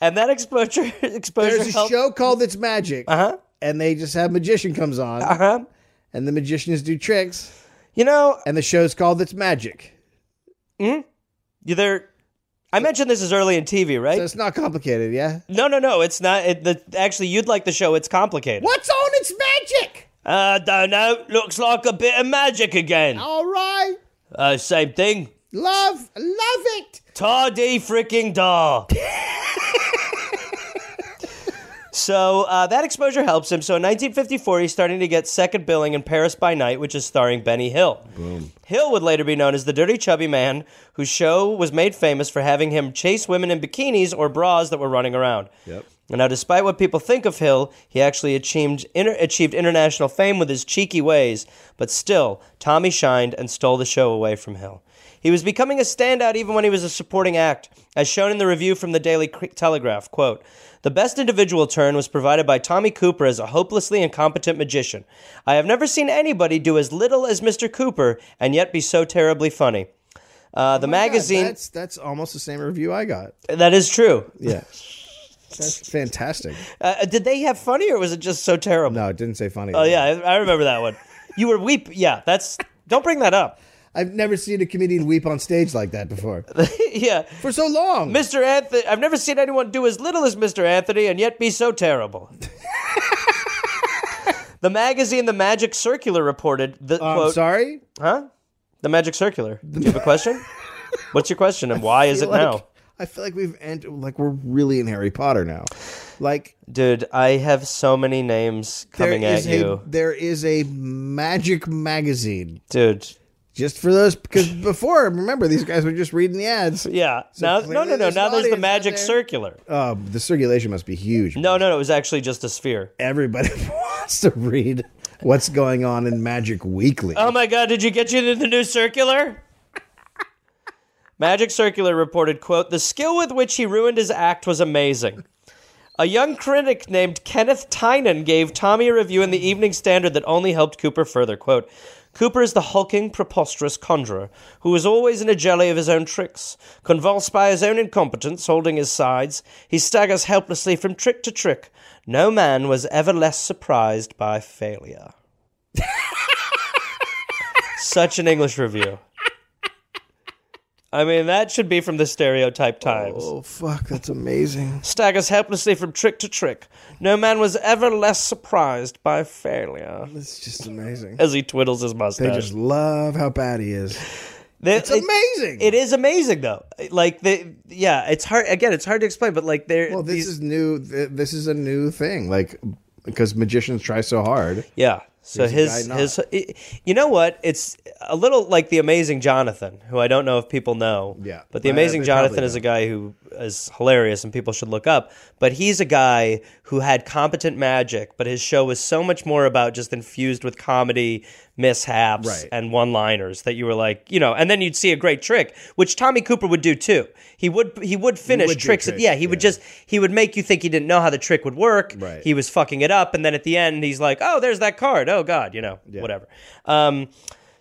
and that exposure exposure there's a helped- show called It's Magic, Uh-huh. and they just have magician comes on, Uh-huh. and the magicians do tricks, You know, and the show's called It's Magic. you there. I mentioned this is early in TV, right? So it's not complicated, yeah. No, no, no. It's not. It, the, actually, you'd like the show. It's complicated. What's on It's Magic? I don't know. Looks like a bit of magic again. All right, Uh, same thing. love, love it. Tardy freaking da. so uh, that exposure helps him. So in 1954, he's starting to get second billing in Paris by Night, which is starring Benny Hill. Hill would later be known as the Dirty Chubby Man, whose show was made famous for having him chase women in bikinis or bras that were running around. Yep. Now, despite what people think of Hill, he actually achieved, inter- achieved international fame with his cheeky ways, but still, Tommy shined and stole the show away from Hill. He was becoming a standout even when he was a supporting act, as shown in the review from the Daily Cre- Telegraph. Quote, the best individual turn was provided by Tommy Cooper as a hopelessly incompetent magician. I have never seen anybody do as little as Mr. Cooper and yet be so terribly funny. Uh, the God, magazine, that's that's almost the same review I got. that is true. Yeah. That's fantastic. Uh, did they have funny or was it just so terrible? No, it didn't say funny. Oh yeah, I, I remember that one. You were weep. Yeah, that's. Don't bring that up. I've never seen a comedian weep on stage like that before. yeah, For so long. Mr. Anthony. I've never seen anyone do as little as Mr. Anthony and yet be so terrible. the magazine, The Magic Circular, reported the I'm quote. sorry. Huh? The Magic Circular. Do you have a question? What's your question and why is it Like, now? I feel like we've ent- like we're really in Harry Potter now. Like Dude, I have so many names there coming at is a you. there is a magic magazine. Dude, Just for those, because before, remember, these guys were just reading the ads. Yeah. now, no, clearly no, no. there's Now an there's the audience out magic there. circular. Uh, the circulation must be huge. No, no, no. It was actually just a sphere. Everybody wants to read what's going on in Magic Weekly. Oh my God! Did you get you to the new circular? Magic Circular reported, "quote The skill with which he ruined his act was amazing." A young critic named Kenneth Tynan gave Tommy a review in the Evening Standard that only helped Cooper further. Quote, Cooper is the hulking, preposterous conjurer who is always in a jelly of his own tricks. Convulsed by his own incompetence, holding his sides, he staggers helplessly from trick to trick. No man was ever less surprised by failure. Such an English review. I mean, that should be from the Stereotype Times oh fuck, that's amazing. staggers helplessly from trick to trick. No man was ever less surprised by failure. It's just amazing. As he twiddles his They mustache. just love how bad he is. They- It's it- amazing. It is amazing though. Like they, yeah, it's hard. Again, it's hard to explain, but like they're Well, this these- is new. th- This is a new thing. Like because magicians try so hard. yeah. So Here's a his guy not. his, i- you know what? It's a little like the Amazing Jonathan, who I don't know if people know. Yeah. But the I- Amazing they Jonathan probably is a guy who is hilarious and people should look up. But he's a guy who had competent magic, but his show was so much more about just infused with comedy mishaps Right. and one-liners that you were like, you know, and then you'd see a great trick, which Tommy Cooper would do too. He would he would finish would do tricks. tricks, yeah, he would yeah. just he would make you think he didn't know how the trick would work. Right. He was fucking it up, and then at the end he's like, "Oh, there's that card. Oh God, you know, whatever." Um,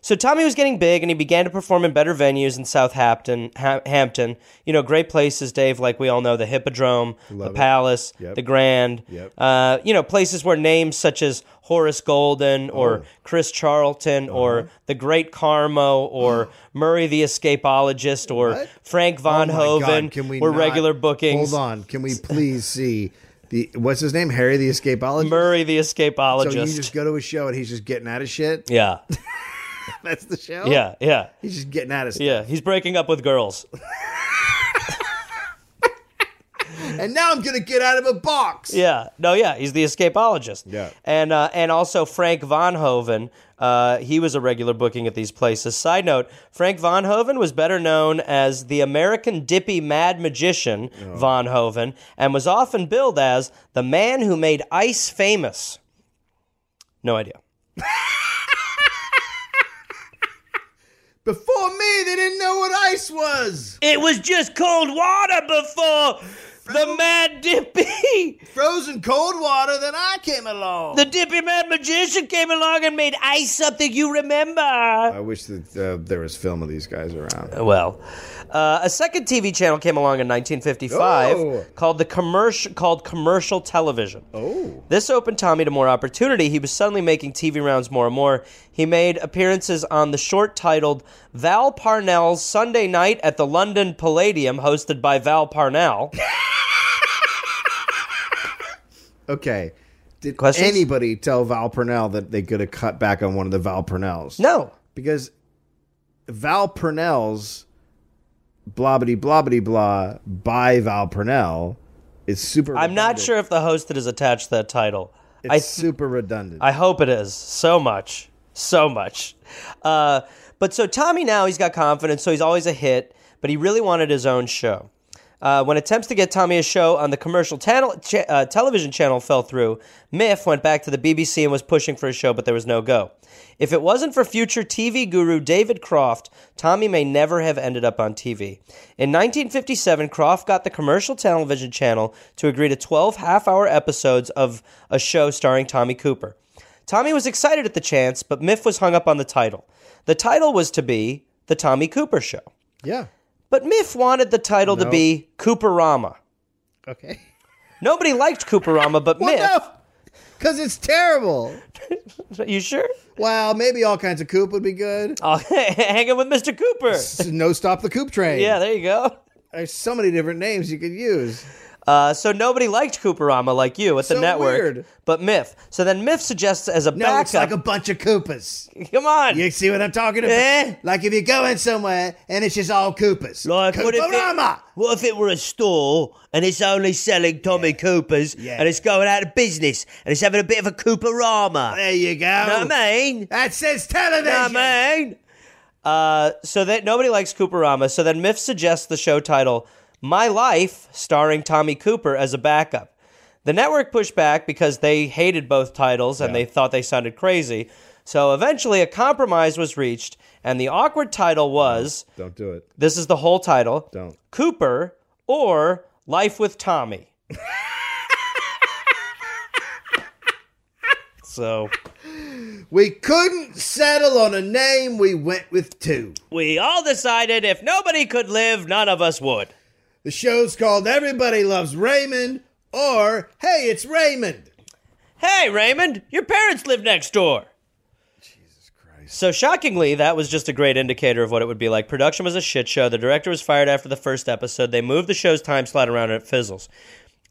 so Tommy was getting big, and he began to perform in better venues in Southampton, ha- Hampton. You know, great places, Dave. Like we all know, the Hippodrome, the it. Palace, Yep. the Grand. Yep. Uh, you know, places where names such as Horace Golden Oh. or Chris Charlton Uh-huh. or the Great Carmo or Murray the Escapologist or What? Frank Von Oh my Hoven God, can we were not- regular bookings. Hold on. Can we please see the what's his name? Harry the Escapologist. Murray the so Escapologist. you just go to a show and he's just getting out of shit. yeah, That's the show. yeah, yeah, He's just getting out of stuff. yeah. He's breaking up with girls. And now I'm gonna get out of a box. Yeah. No, yeah, he's the escapologist. Yeah. And uh, and also Frank Von Hoven, uh, he was a regular booking at these places. Side note, Frank Von Hoven was better known as the American Dippy Mad Magician Von Hoven and was often billed as the man who made ice famous. No idea. Before me, they didn't know what ice was. It was just cold water before the Mad Dippy. Frozen cold water. Then I came along. The Dippy Mad Magician came along and made ice something you remember. I wish that uh, there was film of these guys around. Well, uh, a second TV channel came along in 1955 Oh. called the commercial called commercial television. Oh, This opened Tommy to more opportunity. He was suddenly making TV rounds more and more. He made appearances on the short titled Val Parnell's Sunday Night at the London Palladium, hosted by Val Parnell. okay. Did Questions? anybody tell Val Purnell that they could have cut back on one of the Val Purnells? No, because Val Purnell's blobbity blobbity blah by Val Purnell is super. I'm not redundant. sure if the host that is attached to that title. It's I super redundant. I hope it is so much, so much. Uh, but so Tommy now he's got confidence, so he's always a hit. But he really wanted his own show. Uh, when attempts to get Tommy a show on the commercial tan- ch- uh, television channel fell through, Miff went back to the BBC and was pushing for a show, but there was no go. If it wasn't for future TV guru David Croft, Tommy may never have ended up on TV. In 1957, Croft got the commercial television channel to agree to 12 half hour episodes of a show starring Tommy Cooper. Tommy was excited at the chance, but Miff was hung up on the title. The title was to be The Tommy Cooper Show. yeah. But Miff wanted the title to No. be Cooperama. Okay. Nobody liked Cooperama, but Well, Miff. no, because it's terrible. You sure? Well, maybe all kinds of coop would be good. Oh, hanging with Mr. Cooper. No stop the coop train. Yeah, there you go. There's so many different names you could use. Uh, so nobody liked Cooperama like you at the So network, weird. but Miff. So then Miff suggests as a No, backup. it's like a bunch of Koopas. come on, You see what I'm talking about? Eh? Like if you're going somewhere and it's just all Koopas. Like, what if, it, Kooparama! what if it were a store and it's only selling Tommy Coopers Yeah. and it's going out of business and it's having a bit of a Cooperama? There you go. Know what I mean? That says television. Know what I mean? Uh, so that nobody likes Cooperama. So then Miff suggests the show title "My Life," starring Tommy Cooper as a backup. The network pushed back because they hated both titles and they thought they sounded crazy. So eventually, a compromise was reached, and the awkward title was Don't do it. this is the whole title Don't. Cooper or Life with Tommy. so We couldn't settle on a name. We went with two. we all decided if nobody could live, none of us would. The show's called Everybody Loves Raymond or Hey, it's Raymond. Hey, Raymond, your parents live next door. Jesus Christ. So shockingly, that was just a great indicator of what it would be like. Production was a shit show. The director was fired after the first episode. They moved the show's time slot around and it fizzles.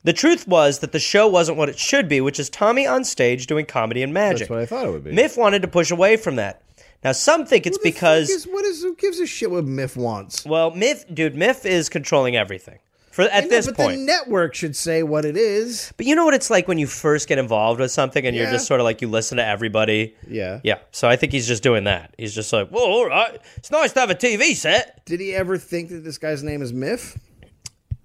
The truth was that the show wasn't what it should be, which is Tommy on stage doing comedy and magic. That's what I thought it would be. Miff wanted to push away from that. Now, some think it's Who the because fuck is- what is who gives a shit what Miff wants? well, Miff, dude, Miff is controlling everything for at I know, this but point. the network should say what it is. but you know what it's like when you first get involved with something and you're Yeah. just sort of like you listen to everybody. Yeah. Yeah. So I think he's just doing that. He's just like, well, all right, it's nice to have a TV set. Did he ever think that this guy's name is Miff?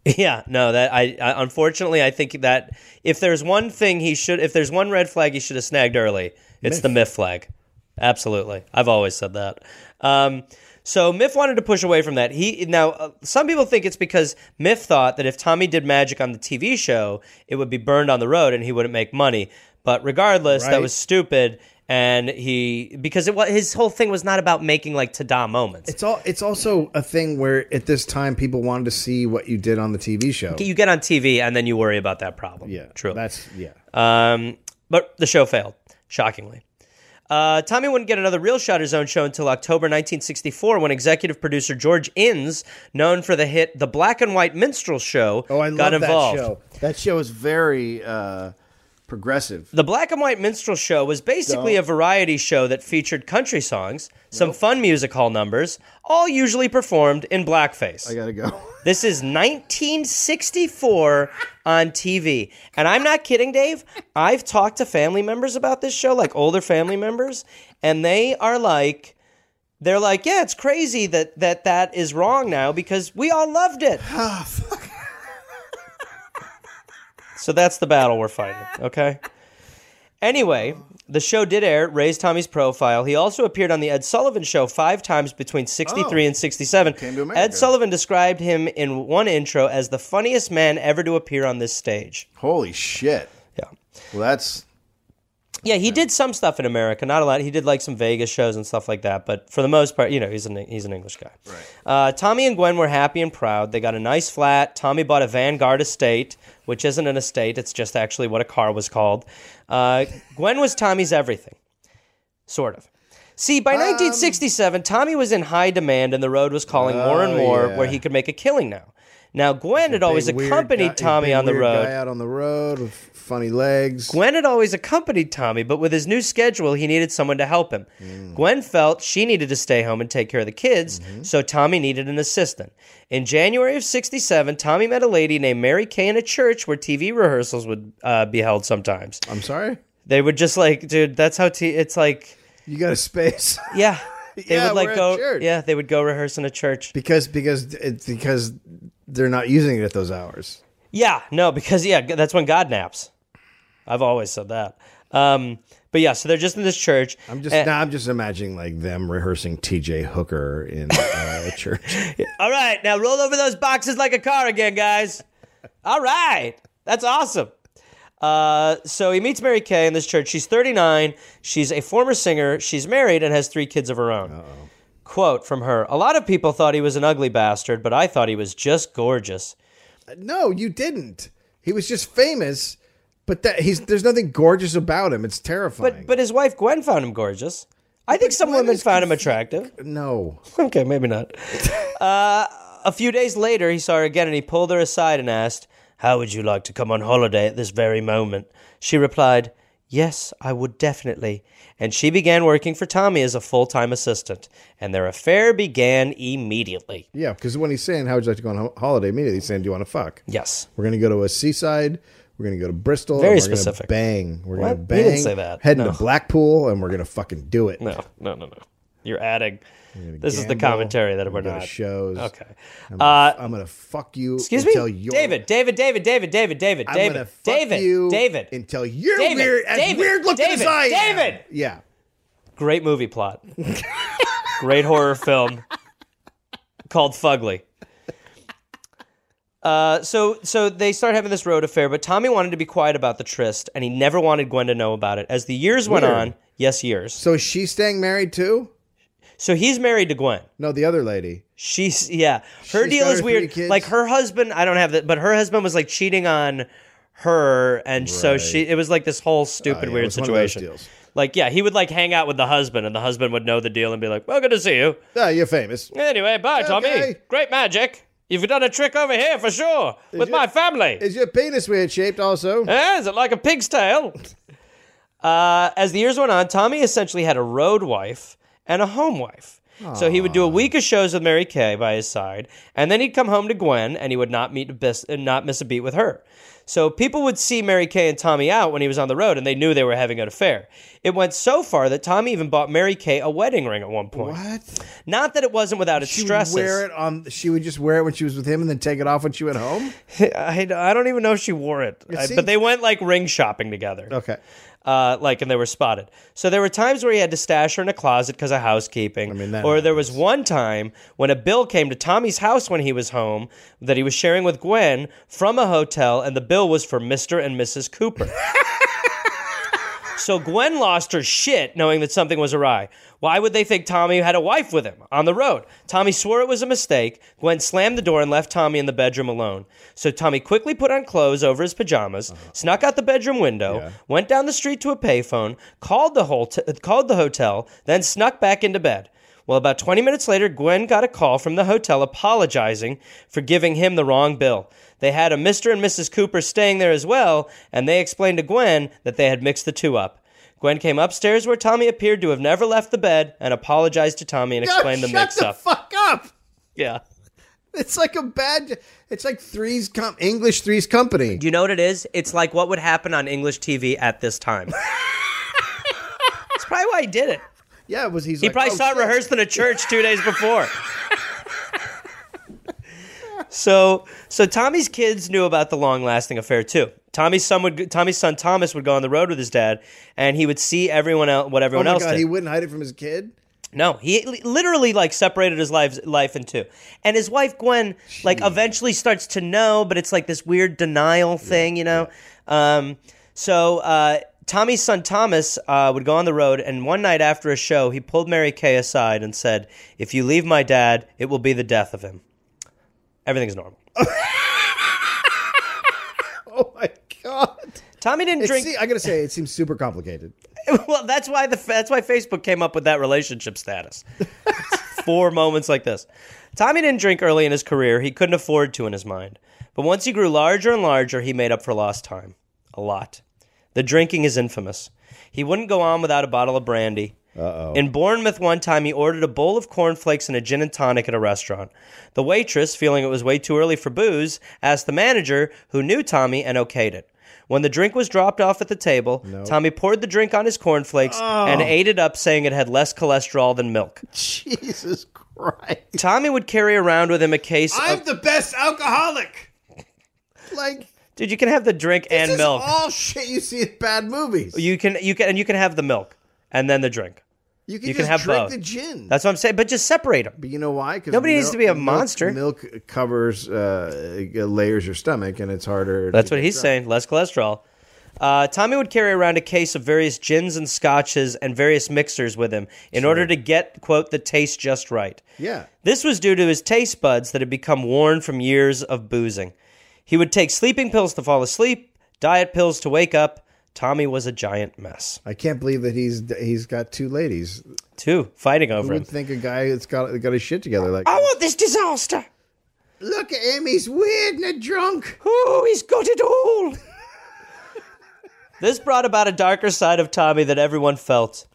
Yeah. No, that I, I unfortunately I think that if there's one thing he should, if there's one red flag he should have snagged early, it's the Miff flag. Absolutely. I've always said that. Um, so Miff wanted to push away from that. He now uh, some people think it's because Miff thought that if Tommy did magic on the TV show, it would be burned on the road and he wouldn't make money. But regardless, that Right. was stupid. And he because it was his whole thing was not about making like ta-da moments. It's all. It's also a thing where at this time people wanted to see what you did on the TV show. you get on TV and then you worry about that problem. yeah, true. That's yeah. Um, but the show failed, shockingly. Uh, Tommy wouldn't get another real shot at his own show until October 1964 when executive producer George Innes, known for the hit The Black and White Minstrel Show, oh, I got love involved. that show. That show is very uh, progressive. The Black and White Minstrel Show was basically a variety show that featured country songs, some fun music hall numbers, all usually performed in blackface. I gotta go. This is 1964 on TV. And I'm not kidding, Dave. I've talked to family members about this show, like older family members, and they are like, they're like, yeah, it's crazy that that, that is wrong now because we all loved it. Ah, so that's the battle we're fighting, okay? Anyway, the show did air, raised Tommy's profile. He also appeared on The Ed Sullivan Show five times between 63 and 67. Oh. to America. Ed Sullivan described him in one intro as the funniest man ever to appear on this stage. Holy shit! Yeah. Well, that's Yeah, he did some stuff in America, not a lot. He did like some Vegas shows and stuff like that, but for the most part, you know, he's an he's an English guy. Right. Uh, Tommy and Gwen were happy and proud. They got a nice flat. Tommy bought a Vanguard estate, which isn't an estate; it's just actually what a car was called. Uh, Gwen was Tommy's everything, sort of. See, Um, by 1967, Tommy was in high demand, and the road was calling more and Oh, more, yeah. where he could make a killing now. Now, Gwen had always Big weird accompanied guy- Tommy big on the weird road. Guy out on the road with funny legs. Gwen had always accompanied Tommy, but with his new schedule, he needed someone to help him. Mm. Gwen felt she needed to stay home and take care of the kids, Mm-hmm. so Tommy needed an assistant. In January of 67, Tommy met a lady named Mary Kay in a church where TV rehearsals would uh, be held sometimes. I'm sorry. They would just like, dude, that's how t- it's like, You got a space yeah. They Yeah, would like we're at go, church. yeah, they would go rehearse in a church. because because it's because they're not using it at those hours. Yeah, no, because yeah, that's when God naps. I've always said that. Um, but yeah, so they're just in this church. I'm just and- now. I'm just imagining like them rehearsing T.J. Hooker in uh, a church. All right, now roll over those boxes like a car again, guys. All right, that's awesome. Uh, so he meets Mary Kay in this church. She's 39. She's a former singer. She's married and has three kids of her own. Quote from her A lot of people thought he was an ugly bastard, but I thought he was just gorgeous. no, you didn't. He was just famous, but that he's there's nothing gorgeous about him. It's terrifying. But, but his wife Gwen found him gorgeous. I think some women is found him attractive. no, okay, maybe not. Uh, a few days later, he saw her again and he pulled her aside and asked, How would you like to come on holiday at this very moment? She replied, Yes, I would definitely. And she began working for Tommy as a full time assistant. And their affair began immediately. yeah, because when he's saying how would you like to go on ho- holiday, immediately he's saying do you want to fuck? Yes. We're gonna go to a seaside. We're gonna go to Bristol. and Very we're gonna specific. Bang. We're gonna What? bang. He didn't say that. Heading No. to Blackpool, and we're gonna fucking do it. No, no, no, no. You're adding. This is the gamble. commentary that we're Go to not. shows. Okay. I'm gonna, Uh, I'm gonna fuck you. excuse until me, You're, David. David. David. David. David. David. I'm David. gonna fuck David. you David. until you're David, weird as David, weird looking as David, I am. David! Yeah. Great movie plot. Great horror film called Fugly. Uh, so so they start having this road affair, but Tommy wanted to be quiet about the tryst, and he never wanted Gwen to know about it. As the years went Weird. on, yes, years. So is she staying married too? So he's married to Gwen. No, the other lady. She's yeah. Her She's deal got is her three weird. kids. Like her husband, I don't have that, but her husband was like cheating on her, and so she. It was like this whole stupid Uh, yeah, it weird was one of those situation. deals. Like yeah, he would like hang out with the husband, and the husband would know the deal and be like, "Well, good to see you." Ah, you're famous. Anyway, bye, Tommy. Okay. Great magic. You've done a trick over here for sure with your- my family. Is your penis weird shaped also? Eh, is it like a pig's tail? Uh, as the years went on, Tommy essentially had a road wife and a home wife. So he would do a week of shows with Mary Kay by his side, and then he'd come home to Gwen, and he would not meet a bis- uh, not miss a beat with her. So people would see Mary Kay and Tommy out when he was on the road, and they knew they were having an affair. It went so far that Tommy even bought Mary Kay a wedding ring at one point. What? Not that it wasn't without its She stresses. would wear it on. She would just wear it when she was with him, and then take it off when she went home. I, I don't even know if she wore it, I- seems- Oh. but they went like ring shopping together. Okay. uh, like, and they were spotted. So there were times where he had to stash her in a closet because of housekeeping. I mean, that or there was one time when a bill came to Tommy's house when he was home that he was sharing with Gwen from a hotel, and the bill was for Mr. and Mrs. Cooper. So Gwen lost her shit knowing that something was awry. Why would they think Tommy had a wife with him on the road? Tommy swore it was a mistake. Gwen slammed the door and left Tommy in the bedroom alone. So Tommy quickly put on clothes over his pajamas, snuck out the bedroom window, went down the street to a payphone, called the hol- called the hotel, then snuck back into bed. Well, about 20 minutes later, Gwen got a call from the hotel apologizing for giving him the wrong bill. They had a Mr. and Mrs. Cooper staying there as well, and they explained to Gwen that they had mixed the two up. Gwen came upstairs where Tommy appeared to have never left the bed and apologized to Tommy and explained No, the shut mix the up. fuck up. yeah. It's like a bad. It's like Three's com- English Three's Company. Do you know what it is? It's like what would happen on English TV at this time. That's probably why he did it. Yeah, it was he's. oh, He probably saw it rehearsed in a church two days before. so, so Tommy's kids knew about the long-lasting affair too. Tommy's son would, Tommy's son Thomas would go on the road with his dad, and he would see everyone else, what Oh everyone my else god, did. he wouldn't hide it from his kid. no, he li- literally like separated his life life in two, and his wife Gwen like eventually starts to know, but it's like this weird denial thing, you know. Um, so. Uh, Tommy's son Thomas uh, would go on the road, and one night after a show, he pulled Mary Kay aside and said, "If you leave my dad, it will be the death of him." Everything's normal. Oh my god! Tommy didn't It drink. see- I gotta say, it seems super complicated. well, that's why the that's why Facebook came up with that relationship status. Four moments like this. Tommy didn't drink early in his career. He couldn't afford to in his mind. But once he grew larger and larger, he made up for lost time. A lot. The drinking is infamous. He wouldn't go on without a bottle of brandy. Uh-oh. In Bournemouth one time, he ordered a bowl of cornflakes and a gin and tonic at a restaurant. The waitress, feeling it was way too early for booze, asked the manager, who knew Tommy, and okayed it. When the drink was dropped off at the table, Tommy poured the drink on his cornflakes and ate it up, saying it had less cholesterol than milk. Jesus Christ! Tommy would carry around with him a case of. the best alcoholic. Like Dude, you can have the drink this and is milk. all shit you see in bad movies. You, you can, you can, and you can have the milk and then the drink. can you just can have drink both. the gin. That's what I'm saying. But just separate them. but you know why? 'Cause Nobody needs mil- to be a milk- monster. Milk covers uh, layers your stomach, and it's harder. That's to what get he's drunk. saying. Less cholesterol. Uh, Tommy would carry around a case of various gins and scotches and various mixers with him in order to get quote the taste just right. Yeah. This was due to his taste buds that had become worn from years of boozing. He would take sleeping pills to fall asleep, diet pills to wake up. Tommy was a giant mess. I can't believe that he's he's got two ladies. Two fighting over Who him. would think a guy that's got got his shit together like I want this disaster. Look at him, he's weird and a drunk. Oh, he's got it all. this brought about a darker side of Tommy that everyone felt.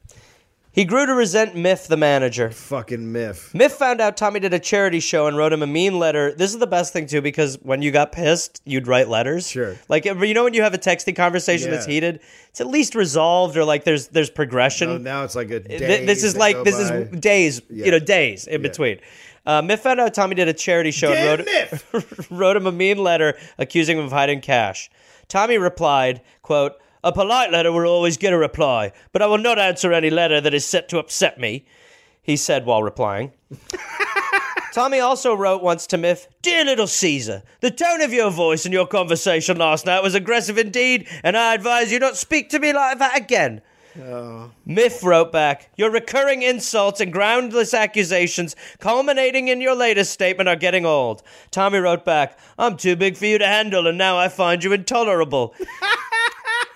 He grew to resent Miff, the manager. Fucking Miff. Miff found out Tommy did a charity show and wrote him a mean letter. This is the best thing too because when you got pissed, you'd write letters. Sure. Like you know when you have a texting conversation that's Yeah. heated, it's at least resolved or like there's there's progression. So now it's like a Th- day this is that like go this by. is days, you know, days in between. Uh, Miff found out Tommy did a charity show Damn and wrote, wrote him a mean letter accusing him of hiding cash. Tommy replied, quote, a polite letter will always get a reply, but I will not answer any letter that is set to upset me, he said while replying. Tommy also wrote once to Miff, Dear little Caesar, the tone of your voice in your conversation last night was aggressive indeed, and I advise you not speak to me like that again. Miff wrote back, Your recurring insults and groundless accusations culminating in your latest statement are getting old. Tommy wrote back, I'm too big for you to handle, and now I find you intolerable.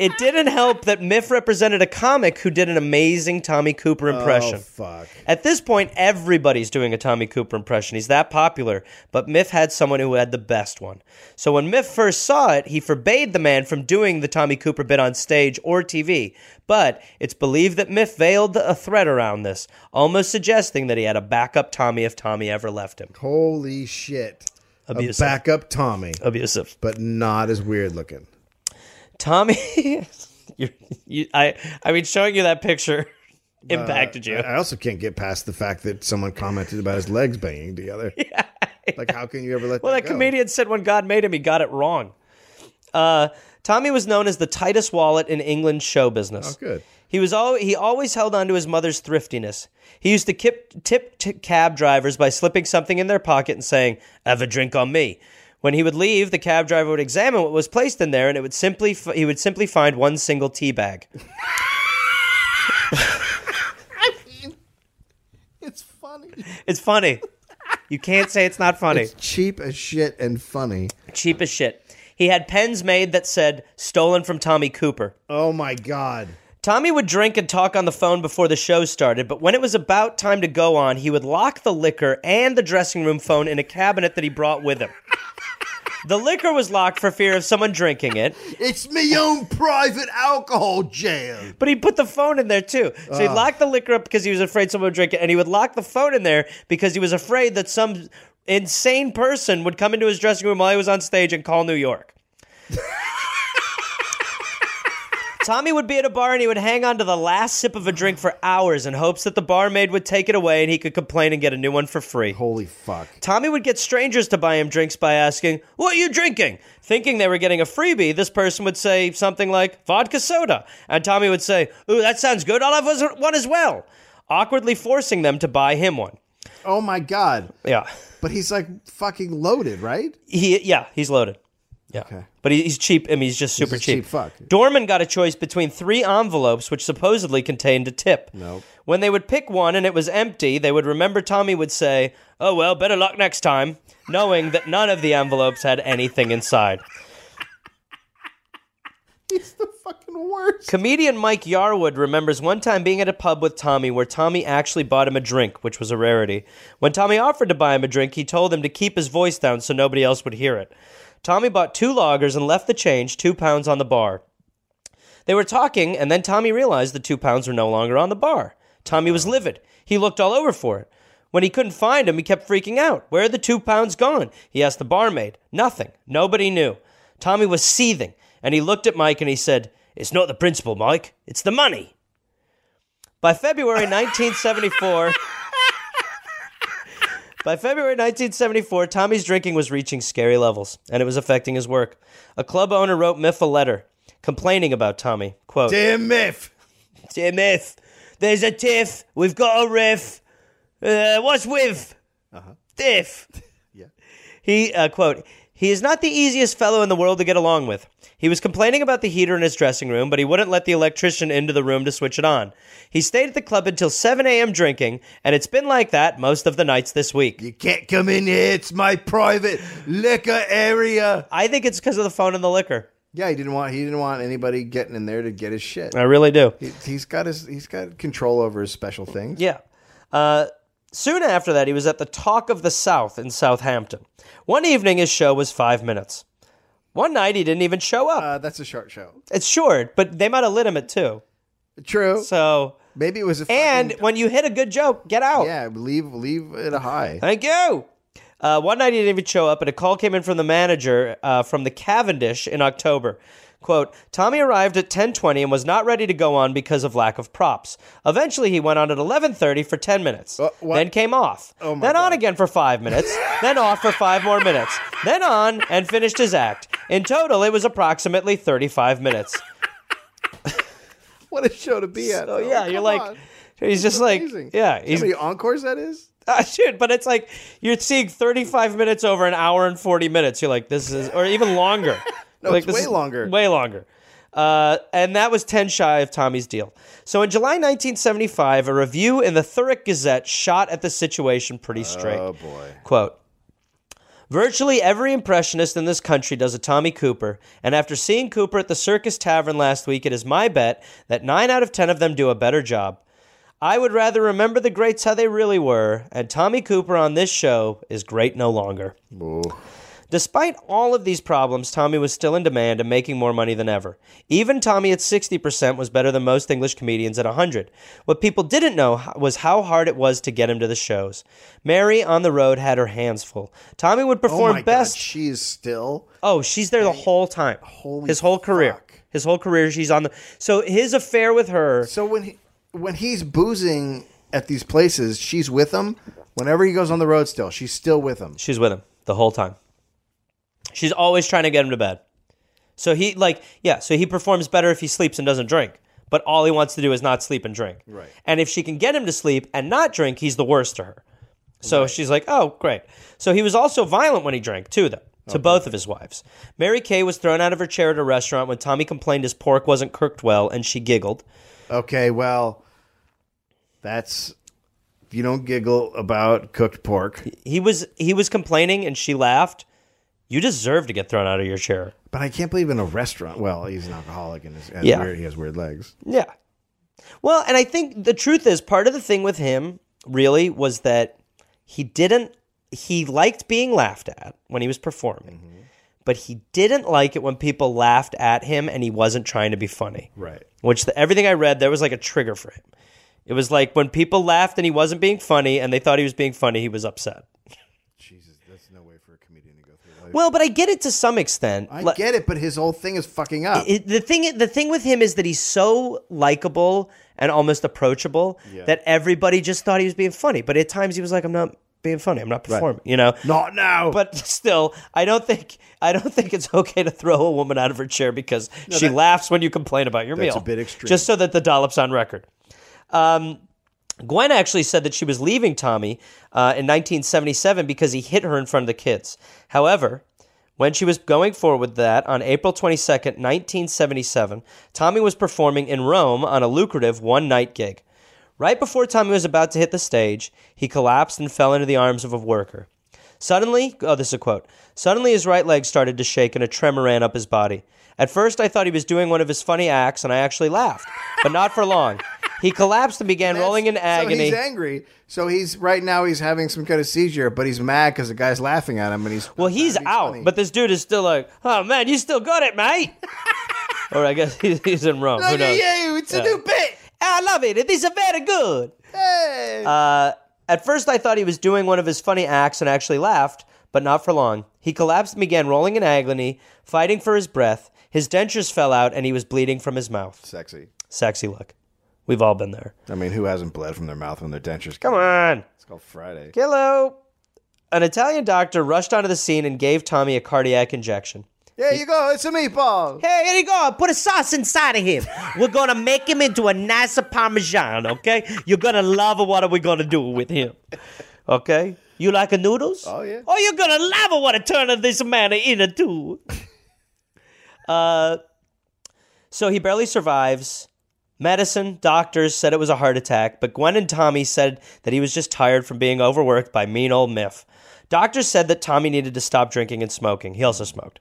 it didn't help that Miff represented a comic who did an amazing Tommy Cooper impression. Oh, fuck. At this point, everybody's doing a Tommy Cooper impression. He's that popular. But Miff had someone who had the best one. So when Miff first saw it, he forbade the man from doing the Tommy Cooper bit on stage or TV. But it's believed that Miff veiled a threat around this, almost suggesting that he had a backup Tommy if Tommy ever left him. Holy shit. Abusive. A backup Tommy, Abusive. but not as weird looking. Tommy, you you, I, I mean, showing you that picture impacted you. I also can't get past the fact that someone commented about his legs banging together. Like, how can you ever let Well, that that go? comedian said when God made him, he got it wrong. Uh, Tommy was known as the tightest wallet in England's show business. Oh, good. He was al- he always held on to his mother's thriftiness. He used to kip- tip t- cab drivers by slipping something in their pocket and saying, "Have a drink on me." When he would leave, the cab driver would examine what was placed in there, and it would simply f- he would simply find one single tea bag. It's funny. It's funny. You can't say it's not funny. Cheap as shit and funny. Cheap as shit. He had pens made that said "Stolen from Tommy Cooper." Oh my god. Tommy would drink and talk on the phone before the show started, but when it was about time to go on, he would lock the liquor and the dressing room phone in a cabinet that he brought with him. The liquor was locked for fear of someone drinking it, It's me own private alcohol jam. but he put the phone in there too. So he locked the liquor up because he was afraid someone would drink it, and he would lock the phone in there because he was afraid that some insane person would come into his dressing room while he was on stage and call New York. Tommy would be at a bar and he would hang on to the last sip of a drink for hours in hopes that the barmaid would take it away and he could complain and get a new one for free. Holy fuck. Tommy would get strangers to buy him drinks by asking, What are you drinking? Thinking they were getting a freebie, this person would say something like, Vodka soda. And Tommy would say, Ooh, that sounds good. I'll have one as well. Awkwardly forcing them to buy him one. Oh my god. Yeah. But he's like fucking loaded, right? He, yeah, he's loaded. Yeah. But he, he's cheap. I mean, he's just super a cheap. cheap fuck. Dorman got a choice between three envelopes, which supposedly contained a tip. Nope. When they would pick one and it was empty, they would remember Tommy would say, Oh, well, better luck next time, knowing that none of the envelopes had anything inside. He's the fucking worst. Comedian Mike Yarwood remembers one time being at a pub with Tommy where Tommy actually bought him a drink, which was a rarity. When Tommy offered to buy him a drink, he told him to keep his voice down so nobody else would hear it. Tommy bought two loggers and left the change, two pounds on the bar. They were talking, and then Tommy realized the two pounds were no longer on the bar. Tommy was livid. He looked all over for it. When he couldn't find him, he kept freaking out. Where are the two pounds gone? He asked the barmaid. Nothing. Nobody knew. Tommy was seething, and he looked at Mike and he said, It's not the principal, Mike. It's the money. By February 1974. By February 1974, Tommy's drinking was reaching scary levels, and it was affecting his work. A club owner wrote Miff a letter complaining about Tommy. Quote, Damn Miff. Dear Miff, there's a tiff. We've got a riff. Uh, what's with? Tiff. He, uh, quote, he is not the easiest fellow in the world to get along with. He was complaining about the heater in his dressing room, but he wouldn't let the electrician into the room to switch it on. He stayed at the club until 7 a.m. drinking, and it's been like that most of the nights this week. You can't come in here. It's my private liquor area. I think it's because of the phone and the liquor. Yeah, he didn't want he didn't want anybody getting in there to get his shit. I really do. He, he's got his he's got control over his special things. Yeah. Uh, soon after that, he was at the Talk of the South in Southampton. One evening, his show was five minutes. One night, he didn't even show up. Uh, that's a short show. it's short, but they might have lit him at two. True. So Maybe it was a fucking- And when you hit a good joke, get out. yeah, leave leave it a high. Thank you. Uh, one night he didn't even show up, and a call came in from the manager uh, from the Cavendish in October. Quote, Tommy arrived at 10.20 and was not ready to go on because of lack of props. Eventually, he went on at 11.30 for 10 minutes, what? Oh then came off, then on again for five minutes, then off for five more minutes, then on and finished his act. In total, it was approximately 35 minutes. What a show to be at. though. So, yeah, you're Oh, Come like, on. he's just like, Amazing. yeah, See he's how many encores that is? Uh, dude, but it's like you're seeing 35 minutes over an hour and 40 minutes. You're like, this is, or even longer. No, like, it's this way is longer. Way longer. Uh, and that was 10 shy of Tommy's deal. So in July 1975, a review in the Thurrock Gazette shot at the situation pretty straight. Oh boy. Quote Virtually every impressionist in this country does a Tommy Cooper, and after seeing Cooper at the Circus Tavern last week, it is my bet that nine out of ten of them do a better job. I would rather remember the greats how they really were, and Tommy Cooper on this show is great no longer. Despite all of these problems, Tommy was still in demand and making more money than ever. Even Tommy at 60% was better than most English comedians at 100. What people didn't know was how hard it was to get him to the shows. Mary on the road had her hands full. Tommy would Oh perform my best. god, she is still oh, she's there the whole time. his whole career. fuck. His whole career she's on the So his affair with her So when he, when he's boozing at these places, she's with him. Whenever he goes on the road, still she's still with him. She's with him the whole time. She's always trying to get him to bed. So he like yeah, so he performs better if he sleeps and doesn't drink. But all he wants to do is not sleep and drink. Right. And if she can get him to sleep and not drink, he's the worst to her. So she's like, "Oh, great." So he was also violent when he drank too, though, to both of his wives. Mary Kay was thrown out of her chair at a restaurant when Tommy complained his pork wasn't cooked well, and she giggled. Okay, well, that's you don't giggle about cooked pork, He was he was complaining, and she laughed. You deserve to get thrown out of your chair. but I can't believe in a restaurant. Well, he's an alcoholic and, his, and Yeah. weird, he has weird legs. Yeah. Well, and I think the truth is part of the thing with him really was that he didn't he liked being laughed at when he was performing. Mm-hmm. But he didn't like it when people laughed at him and he wasn't trying to be funny. Right. Which the, everything I read there was like a trigger for him. It was like when people laughed and he wasn't being funny and they thought he was being funny, he was upset. Jesus, that's no way for a comedian to go through life. Well, but I get it to some extent. I Like- get it, but his whole thing is fucking up. it, the thing the thing with him is that he's so likable and almost approachable that everybody just thought he was being funny. But at times he was like, "I'm not being funny. I'm not performing." You know. Not now. But still, I don't think I don't think it's okay to throw a woman out of her chair because she laughs when you complain about your meal. a bit extreme. Just so that the dollop's on record. Um, Gwen actually said that she was leaving Tommy uh, in 1977 because he hit her in front of the kids. However, when she was going forward with that on April 22nd, 1977, Tommy was performing in Rome on a lucrative one night gig. Right before Tommy was about to hit the stage, he collapsed and fell into the arms of a worker. Suddenly, oh, this is a quote. Suddenly, his right leg started to shake and a tremor ran up his body. At first, I thought he was doing one of his funny acts and I actually laughed, but not for long. He collapsed and began rolling in So agony. he's angry. So he's right now he's having some kind of seizure, but he's mad because the guy's laughing at him, and he's Well, he's out, but this dude is still like, oh man, you still got it, mate. or I guess he's, he's in Rome. Who Look at knows? you! It's a new bit. I love it. It is a very good. Hey. Uh, At first, I thought he was doing one of his funny acts and actually laughed, but not for long. He collapsed and began rolling in agony, fighting for his breath. His dentures fell out and he was bleeding from his mouth. Sexy. Sexy look. We've all been there. I mean, who hasn't bled from their mouth when their dentures? Come on. It's called Friday. Hello. An Italian doctor rushed onto the scene and gave Tommy a cardiac injection. There you go. It's a meatball. Hey, here you go. Put a sauce inside of him. We're gonna make him into a nice parmesan, okay? You're gonna love what are we gonna do with him. Okay? You like a noodles? Oh, yeah. Oh, you're gonna love what a turn of this man into. uh so he barely survives. Medicine, doctors said it was a heart attack, but Gwen and Tommy said that he was just tired from being overworked by mean old Miff. Doctors said that Tommy needed to stop drinking and smoking. He also smoked.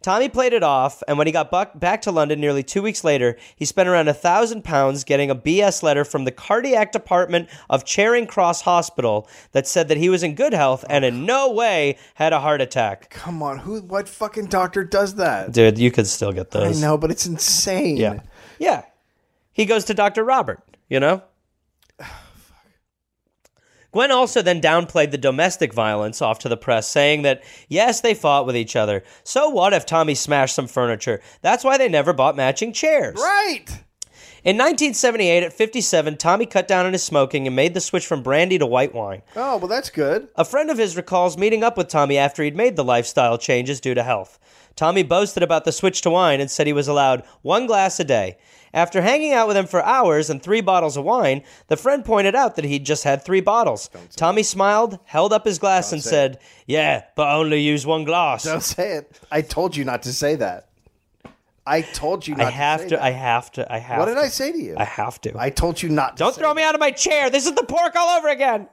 Tommy played it off, and when he got buck- back to London nearly two weeks later, he spent around a thousand pounds getting a BS letter from the cardiac department of Charing Cross Hospital that said that he was in good health and in no way had a heart attack. Come on. Who? What fucking doctor does that? Dude, you could still get I those. know, but it's insane. Yeah. He goes to Dr. Robert, you know? Gwen also then downplayed the domestic violence off to the press, saying that, yes, they fought with each other. So what if Tommy smashed some furniture? That's why they never bought matching chairs. Right. In 1978, at 57, Tommy cut down on his smoking and made the switch from brandy to white wine. Oh, well, that's good. A friend of his recalls meeting up with Tommy after he'd made the lifestyle changes due to health. Tommy boasted about the switch to wine and said he was allowed one glass a day. After hanging out with him for hours and three bottles of wine, the friend pointed out that he'd just had three bottles. Tommy smiled, held up his glass, and said, Yeah, but only use one glass. Don't say it. I told you not to say that. I told you not I have say to, that. I have to, I have what did to. I say to you? I have to. I told you not to Don't say throw me out of my chair. This is the pork all over again.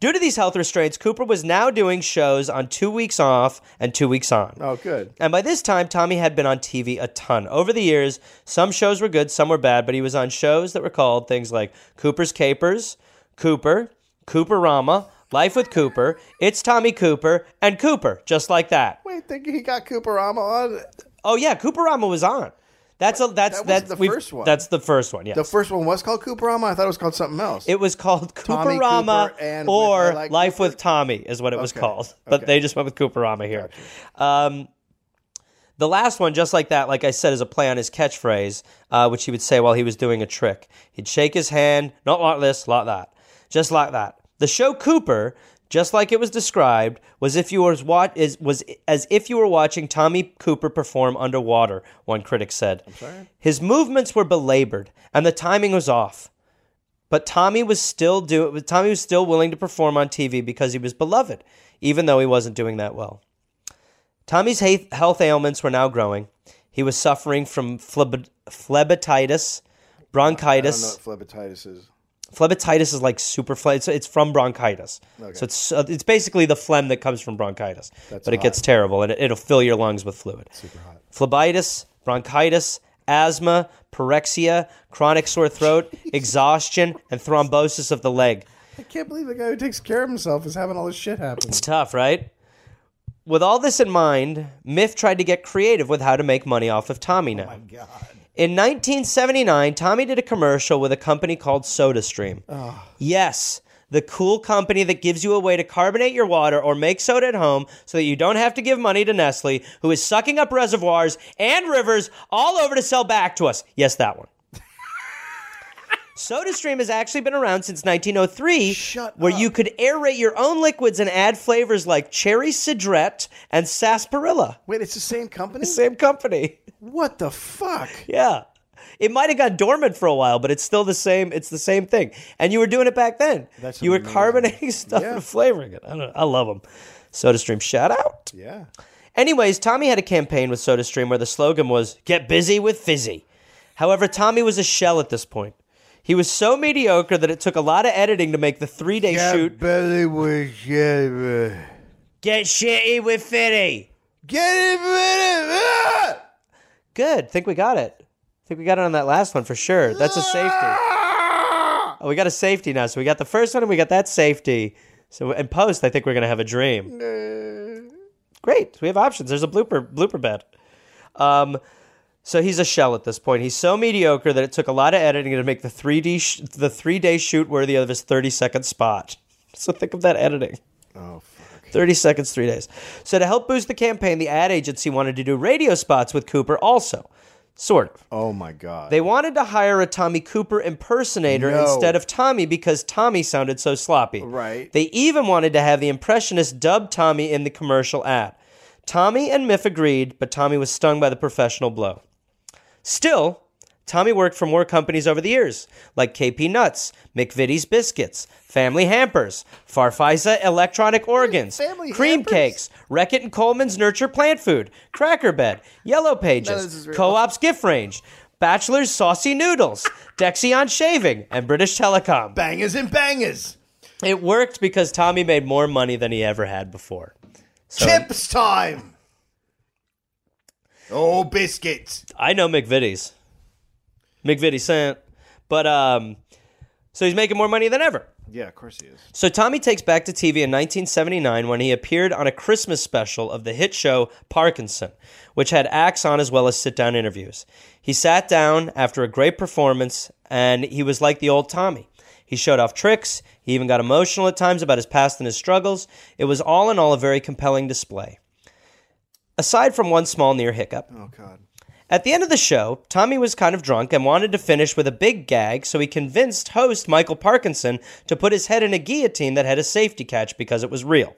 Due to these health restraints, Cooper was now doing shows on two weeks off and two weeks on. Oh, good. And by this time, Tommy had been on TV a ton. Over the years, some shows were good, some were bad, but he was on shows that were called things like Cooper's Capers, Cooper, Cooperama, Life with Cooper, It's Tommy Cooper, and Cooper, just like that. Wait, think he got Cooperama on? Oh yeah, Cooperama was on. That's a that's That was that's the we've- first one. That's the first one. Yeah. The first one was called Cooperama. I thought it was called something else. It was called Tommy Cooperama Cooper and or With I Like Life Cooper? with Tommy is what it was Okay, called. But okay. they just went with Cooperama here. Um, the last one, just like that, like I said, is a play on his catchphrase, uh, which he would say while he was doing a trick. He'd shake his hand, not like this, like that, just like that. The show Cooper, just like it was described, was if you was wat- is was as if you were watching Tommy Cooper perform underwater. One critic said. I'm sorry. His movements were belabored, and the timing was off. But Tommy was still do Tommy was still willing to perform on TV because he was beloved, even though he wasn't doing that well. Tommy's he- health ailments were now growing. He was suffering from phleb- phlebatitis, I don't know bronchitis. what phlebatitis is. Phlebatitis is like super phleg- it's, it's from bronchitis. So it's uh, it's basically the phlegm that comes from bronchitis, but it gets terrible and it, it'll fill your lungs with fluid. Super hot. Phlebitis, bronchitis, asthma, pyrexia, chronic sore throat, exhaustion, and thrombosis of the leg. I can't believe the guy who takes care of himself is having all this shit happen. It's tough, right? With all this in mind, Miff tried to get creative with how to make money off of Tommy now. In 1979, Tommy did a commercial with a company called SodaStream. Yes, the cool company that gives you a way to carbonate your water or make soda at home so that you don't have to give money to Nestle, who is sucking up reservoirs and rivers all over to sell back to us. Yes, that one. SodaStream has actually been around since 1903, where you could aerate your own liquids and add flavors like cherry citrette and sarsaparilla. Wait, it's the same company? Same company. What the fuck? Yeah. It might have gone dormant for a while, but it's still the same. It's the same thing. And you were doing it back then. That's you were amazing. carbonating stuff and flavoring it. I, don't know. I love them. SodaStream, shout out. Yeah. Anyways, Tommy had a campaign with SodaStream where the slogan was "Get busy with fizzy." However, Tommy was a shell at this point. He was so mediocre that it took a lot of editing to make the three-day shoot. belly was get Get shitty with fizzy. Get it, get it. Good. Think we got it. Think we got it on that last one for sure. That's a safety. Ah! Oh, we got a safety now. So we got the first one and we got that safety. So in post, I think we're gonna have a dream. Great. We have options. There's a blooper blooper bed. Um, so he's a shell at this point. He's so mediocre that it took a lot of editing to make the three D sh- the three day shoot worthy of his thirty second spot. So think of that editing. Oh, fuck. 30 seconds, three days. So, to help boost the campaign, the ad agency wanted to do radio spots with Cooper also. Sort of. Oh, my God. They wanted to hire a Tommy Cooper impersonator No. instead of Tommy because Tommy sounded so sloppy. Right. They even wanted to have the impressionist dub Tommy in the commercial ad. Tommy and Miff agreed, but Tommy was stung by the professional blow. Still, Tommy worked for more companies over the years, like KP Nuts, McVitie's Biscuits, Family Hampers, Farfisa Electronic Organs, Family Cream Hampers? Cakes, Reckitt and Coleman's Nurture Plant Food, Cracker Bed, Yellow this is Pages, real. Co-op's Gift Range, Bachelor's Saucy Noodles, Dexion Shaving, and British Telecom. bangers and bangers. It worked because Tommy made more money than he ever had before. Chips time. Oh, biscuits. I know McVitie's. McVitie sent. But um so he's making more money than ever. Yeah, of course he is. So Tommy takes back to TV in 1979 when he appeared on a Christmas special of the hit show Parkinson, which had acts on as well as sit down interviews. He sat down after a great performance and he was like the old Tommy. He showed off tricks, he even got emotional at times about his past and his struggles. It was all in all a very compelling display. Aside from one small near hiccup, Oh God. at the end of the show, Tommy was kind of drunk and wanted to finish with a big gag, so he convinced host Michael Parkinson to put his head in a guillotine that had a safety catch because it was real.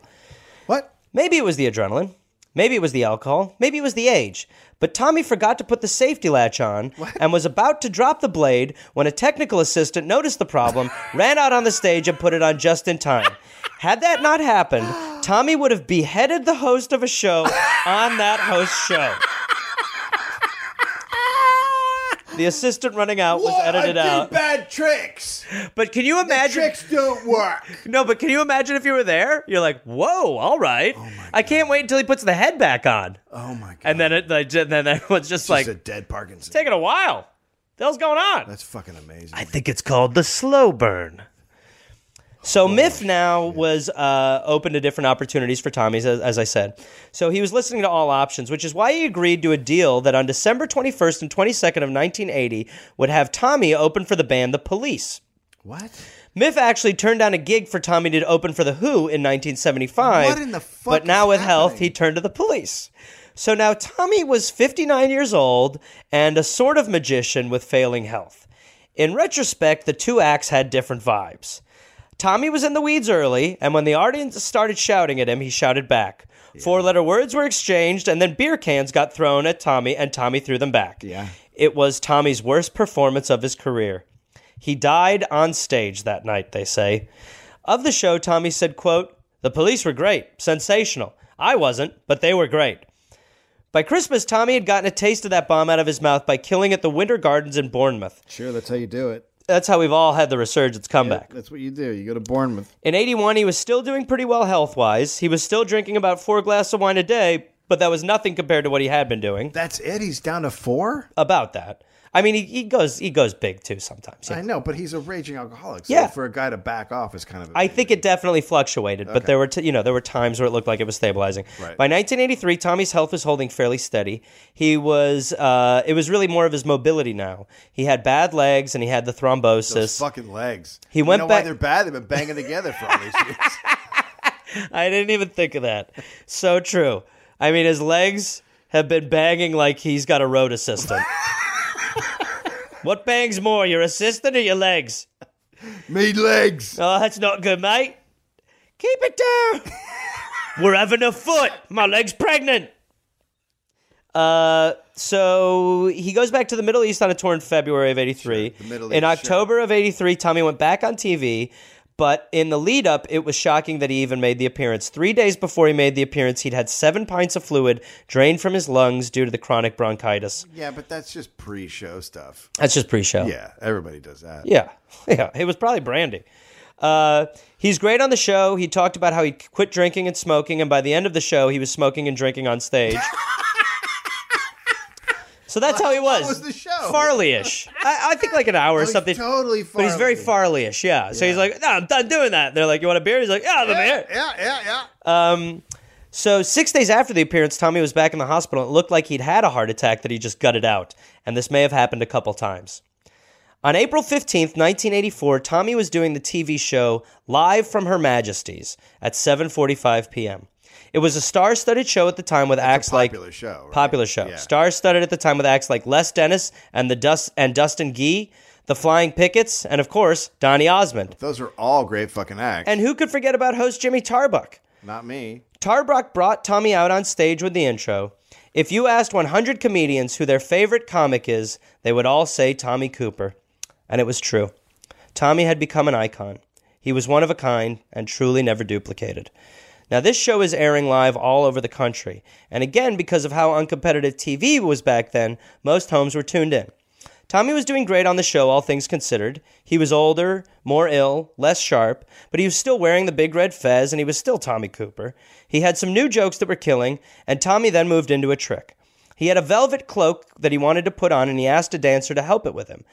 What? Maybe it was the adrenaline. Maybe it was the alcohol. Maybe it was the age. But Tommy forgot to put the safety latch on and was about to drop the blade when a technical assistant noticed the problem, ran out on the stage, and put it on just in time. Had that not happened, Tommy would have beheaded the host of a show on that host show. The assistant running out was What? edited I did out. Bad tricks. But can you imagine? Tricks don't work. No, but can you imagine if you were there? You're like, whoa, all right. I can't wait until he puts the head back on. Oh my God. And then it, like, and then everyone's just like, It's a dead Parkinson. taking a while. The hell's going on? That's fucking amazing. I think it's called the slow burn. Oh. So Myth now was uh, open to different opportunities for Tommy's, as, as I said. So he was listening to all options, which is why he agreed to a deal that on December 21st and 22nd of 1980 would have Tommy open for the band The Police. what? Miff actually turned down a gig for Tommy to open for The Who in 1975. What in the fuck But now is with health, happening? he turned to the police. So now Tommy was 59 years old and a sort of magician with failing health. In retrospect, the two acts had different vibes. Tommy was in the weeds early, and when the audience started shouting at him, he shouted back. Four letter words were exchanged, and then beer cans got thrown at Tommy, and Tommy threw them back. Yeah. It was Tommy's worst performance of his career. He died on stage that night, they say. Of the show, Tommy said, quote, The police were great, sensational. I wasn't, but they were great. By Christmas, Tommy had gotten a taste of that bomb out of his mouth by killing at the Winter Gardens in Bournemouth. Sure, that's how you do it. That's how we've all had the resurgence comeback. That's what you do. You go to Bournemouth. In 81, he was still doing pretty well health wise. He was still drinking about four glasses of wine a day, but that was nothing compared to what he had been doing. That's it. He's down to four. About that. I mean, he, he goes he goes big too sometimes. yeah. I know, but he's a raging alcoholic. So Yeah. For a guy to back off is kind of. A I think it definitely fluctuated, but there were t- you know there were times where it looked like it was stabilizing. Right. By 1983, Tommy's health was holding fairly steady. He was uh, it was really more of his mobility now. He had bad legs and he had the thrombosis. Those fucking legs. He You went know back- Why they're bad? They've been banging together for all these years. I didn't even think of that. So true. I mean, his legs have been banging like he's got a road assistant. what bangs more, your assistant or your legs? Me legs. Oh, that's not good, mate. Keep it down. We're having a foot. My leg's pregnant. Uh, so he goes back to the Middle East on a tour in February of '83. the Middle in East, October of '83, Tommy went back on TV, but in the lead up, it was shocking that he even made the appearance. Three days before he made the appearance, he'd had seven pints of fluid drained from his lungs due to the chronic bronchitis. Yeah, but that's just pre-show stuff. That's just pre-show. Yeah, everybody does that. Yeah, yeah, it was probably brandy. Uh, he's great on the show. He talked about how he quit drinking and smoking, and by the end of the show, he was smoking and drinking on stage. so that's how he was. was the show? Oh, Farley-ish. I, I think like an hour or he's something. totally But he's very Farley. Farley-ish, yeah. So he's like, no, I'm done doing that. They're like, you want a beer? He's like, yeah, the beer. Yeah, yeah, yeah. So six days after the appearance, Tommy was back in the hospital. It looked like he'd had a heart attack that he just gutted out, and this may have happened a couple times. On April 15th, 1984, Tommy was doing the TV show Live from Her Majesty's at 7:45 p.m. It was a star-studded show at the time with acts popular like show, right? popular show, Yeah. star-studded at the time with acts like Les Dennis and the Dust and Dustin Gee, the Flying Pickets, and of course Donny Osmond. Those are all great fucking acts. And who could forget about host Jimmy Tarbuck? Not me. Tarbuck brought Tommy out on stage with the intro. If you asked 100 comedians who their favorite comic is, they would all say Tommy Cooper. And it was true. Tommy had become an icon. He was one of a kind and truly never duplicated. Now, this show is airing live all over the country. And again, because of how uncompetitive TV was back then, most homes were tuned in. Tommy was doing great on the show, all things considered. He was older, more ill, less sharp, but he was still wearing the big red fez and he was still Tommy Cooper. He had some new jokes that were killing, and Tommy then moved into a trick. He had a velvet cloak that he wanted to put on and he asked a dancer to help it with him.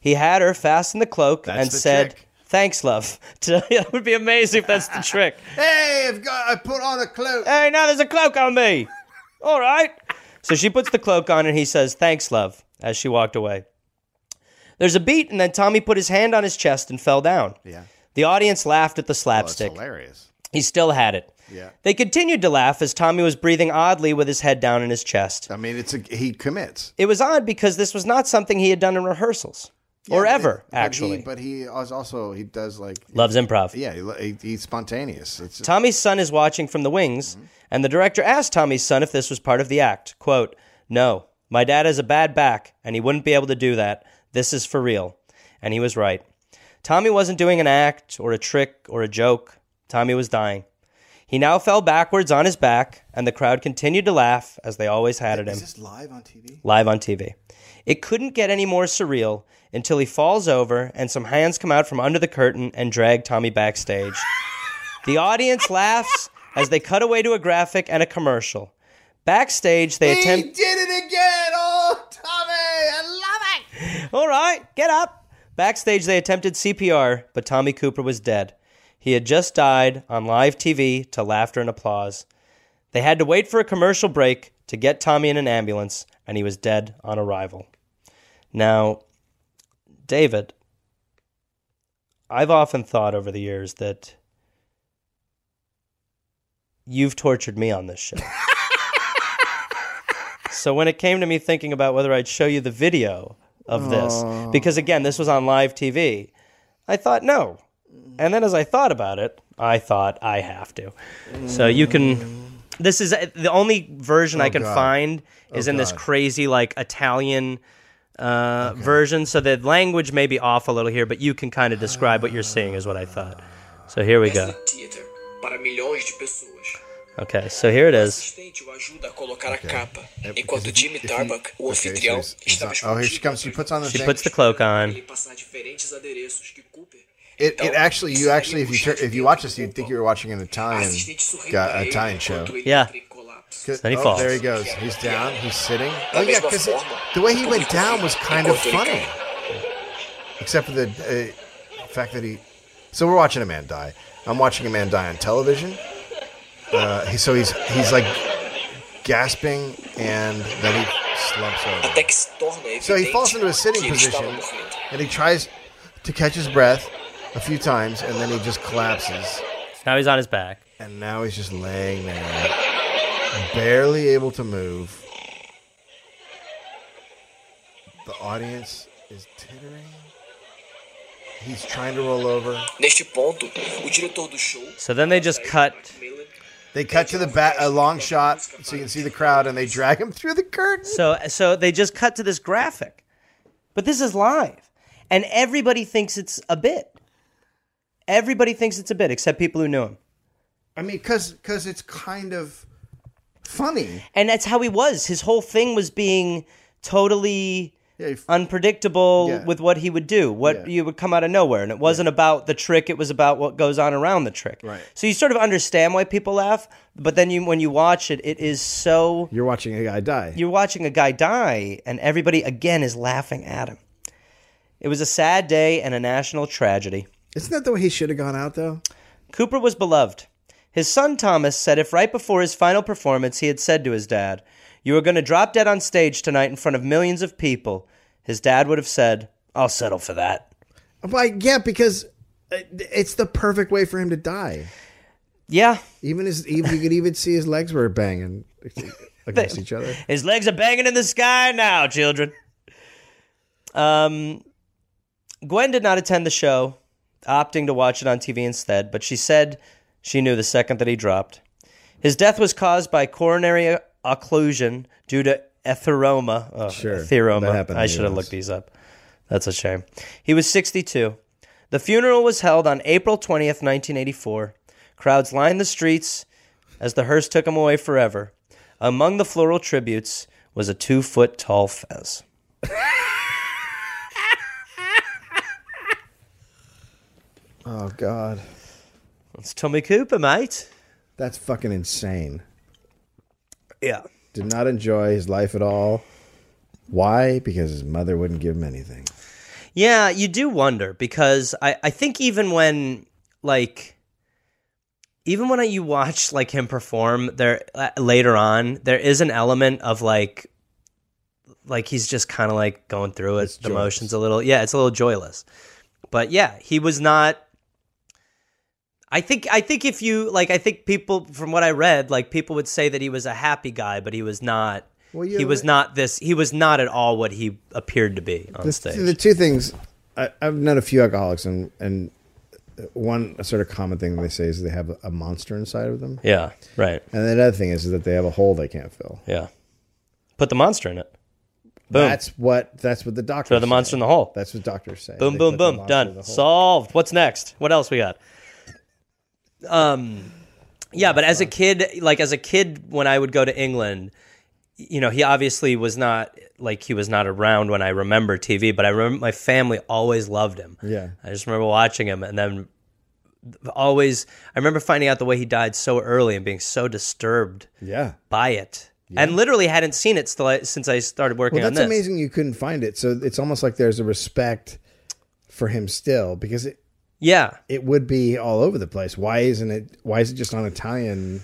He had her fasten the cloak and the said, trick. Thanks, love. it would be amazing if that's the trick. Hey, I've got, I put on a cloak. hey, now there's a cloak on me. All right. So she puts the cloak on and he says, Thanks, love, as she walked away. There's a beat, and then Tommy put his hand on his chest and fell down. Yeah. Oh, The audience laughed at the That's slapstick. hilarious. he still had it. Yeah. They continued to laugh as Tommy was breathing oddly with his head down in his chest. I mean, it's a, he commits. It was odd because this was not something he had done in rehearsals or Yeah, ever, but he- actually. But he, is also, he does like, Loves improv. yeah, he, he, he's spontaneous. It's just, Tommy's son is watching from the wings, and the director asked Tommy's son if this was part of the act. Quote, No, my dad has a bad back, and he wouldn't be able to do that. This is for real. And he was right. Tommy wasn't doing an act or a trick or a joke. Tommy was dying. He now fell backwards on his back, and the crowd continued to laugh as they always had at him this live on TV? live on TV. It couldn't get any more surreal until he falls over and some hands come out from under the curtain and drag Tommy backstage. the audience laughs as they cut away to a graphic and a commercial. Backstage, they He attempt. did it again! Oh, Tommy! I love it! All right, get up. Backstage, they attempted CPR, but Tommy Cooper was dead. He had just died on live TV to laughter and applause. They had to wait for a commercial break to get Tommy in an ambulance, and he was dead on arrival. Now, David, I've often thought over the years that you've tortured me on this show. so when it came to me thinking about whether I'd show you the video of this, because again, this was on live TV, I thought no. And then as I thought about it, I thought I have to. So you can. This is the only version I can find is in this crazy like Italian uh, version. So the language may be off a little here, but you can kind of describe what you're seeing, is what I thought. So here we go. Theater para milhões de pessoas. Okay, so here it O is. assistente o ajuda a colocar a capa, enquanto Because if- Jimmy if he- Tarbuck, o okay, so anfitrião, he's- he's estava not- oh, here she escondido comes. She puts on the She thing. puts the cloak on. ele passar diferentes adereços que Cooper. It, Então, it actually, you segue actually, if you puxar tur- if de you dentro watch do this, you'd think galpão. you were watching an A Italian, assistente sorri guy, para ele Italian show. enquanto ele Yeah. entra em colapso. Cause- Then he oh, falls. there he goes. He's down. He's sitting. Da Oh yeah, mesma because forma, the way he o went público down fica was kind of enquanto ele funny, cai. except for the uh, fact that he. So we're watching a man die. I'm watching a man die on television. Uh, he, so he's he's like gasping, and then he slumps over. Até que se torna evidente So he falls into a sitting que ele position, estava morrendo. and he tries to catch his breath a few times, and then he just collapses. Now he's on his back. And now he's just laying there, barely able to move. The audience is tittering. He's trying to roll over. Neste ponto, o diretor do show, So then they just cut. Macmillan, They cut to the bat, a long shot, so you can see the crowd, and they drag him through the curtain. So so they just cut to this graphic, but this is live, and everybody thinks it's a bit. Everybody thinks it's a bit, except people who knew him. I mean, cause, cause it's kind of funny. and that's how he was. His whole thing was being totally Yeah, he f- unpredictable Yeah. with what he would do. What Yeah. you would come out of nowhere, and it wasn't about the trick; it was about what goes on around the trick. Right. So you sort of understand why people laugh, but then you, when you watch it, it is so You're watching a guy die. you're watching a guy die, and everybody again is laughing at him. It was a sad day and a national tragedy. Isn't that the way he should have gone out, though? Cooper was beloved. His son Thomas said if right before his final performance he had said to his dad, You are going to drop dead on stage tonight in front of millions of people, his dad would have said, I'll settle for that. Like, yeah, because it- it's the perfect way for him to die. Yeah, Even his, even you could even see his legs were banging against each other. his legs are banging in the sky now, children. Um, Gwen did not attend the show, opting to watch it on TV instead, but she said she knew the second that he dropped. His death was caused by coronary occlusion due to atheroma. Oh, Sure, that atheroma. happened I in the should have US. looked these up. That's a shame. He was 62. The funeral was held on April 20th, 1984. Crowds lined the streets as the hearse took him away forever. Among the floral tributes was a two foot tall fez. Oh God, It's Tommy Cooper, mate. that's fucking insane. Yeah. Did not enjoy his life at all. Why? Because his mother wouldn't give him anything. Yeah, you do wonder because I, I think even when like even when you watch like him perform there uh, later on, there is an element of like like he's just kind of like going through it, the joyless. motions a little. Yeah, it's a little joyless. But yeah, he was not I think I think if you like I think people from what I read like people would say that he was a happy guy but he was not Well, yeah, he was but- not this he was not at all what he appeared to be on the, stage. the two things I, I've known a few alcoholics, and and one sort of common thing they say is they have a monster inside of them, Yeah, right. and the other thing is, that they have a hole they can't fill. Yeah. Put the monster in it. Boom. That's what that's what the doctors Throw the monster in the hole. That's what doctors say. boom, They boom, put the boom. monster in Done. the hole. Solved. What's next? What else we got? Um yeah, but as a kid, like as a kid when I would go to England, you know, he obviously was not like he was not around when I remember TV, but I remember my family always loved him. Yeah. I just remember watching him and then always I remember finding out the way he died so early and being so disturbed Yeah. by it. And literally hadn't seen it still, since I started working Well, on that's this. amazing. You couldn't find it, so it's almost like there's a respect for him still because it, Yeah. it would be all over the place. Why isn't it? Why is it just on Italian?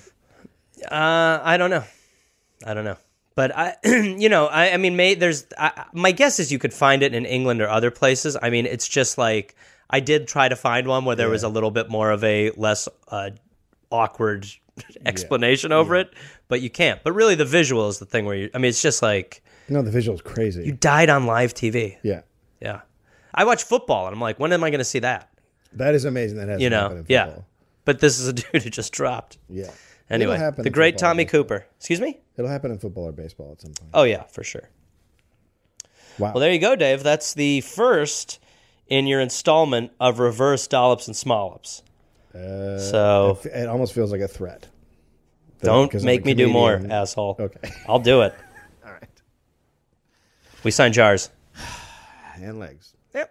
Uh, I don't know. I don't know. But I, you know, I, I mean, may, there's I, I- my guess is you could find it in England or other places. I mean, it's just like I did try to find one where there was a little bit more of a less uh, awkward explanation over it, but you can't. But really, the visual is the thing where you. I mean, it's just like No, the visual's crazy. you died on live TV. yeah, Yeah, I watch football and I'm like, when am I going to see that? that is amazing. That has You know? Yeah. But this is a dude who just dropped. yeah. It'll Anyway, happen the in great football. Tommy Cooper. Excuse me. It'll happen in football or baseball at some point. Oh yeah, for sure. Wow. Well, there you go, Dave. That's the first in your installment of reverse dollops and smollops. so It almost feels Uh, like a threat. Oh. don't because I'm a make me do more, comedian. asshole. Okay. I'll do it. All right. We sign jars. And legs. Yep.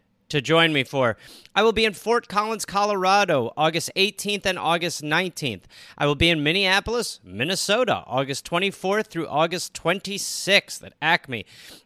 to join me for. I will be in Fort Collins, Colorado, August 18th and August 19th. I will be in Minneapolis, Minnesota, August 24th through August 26th at Acme.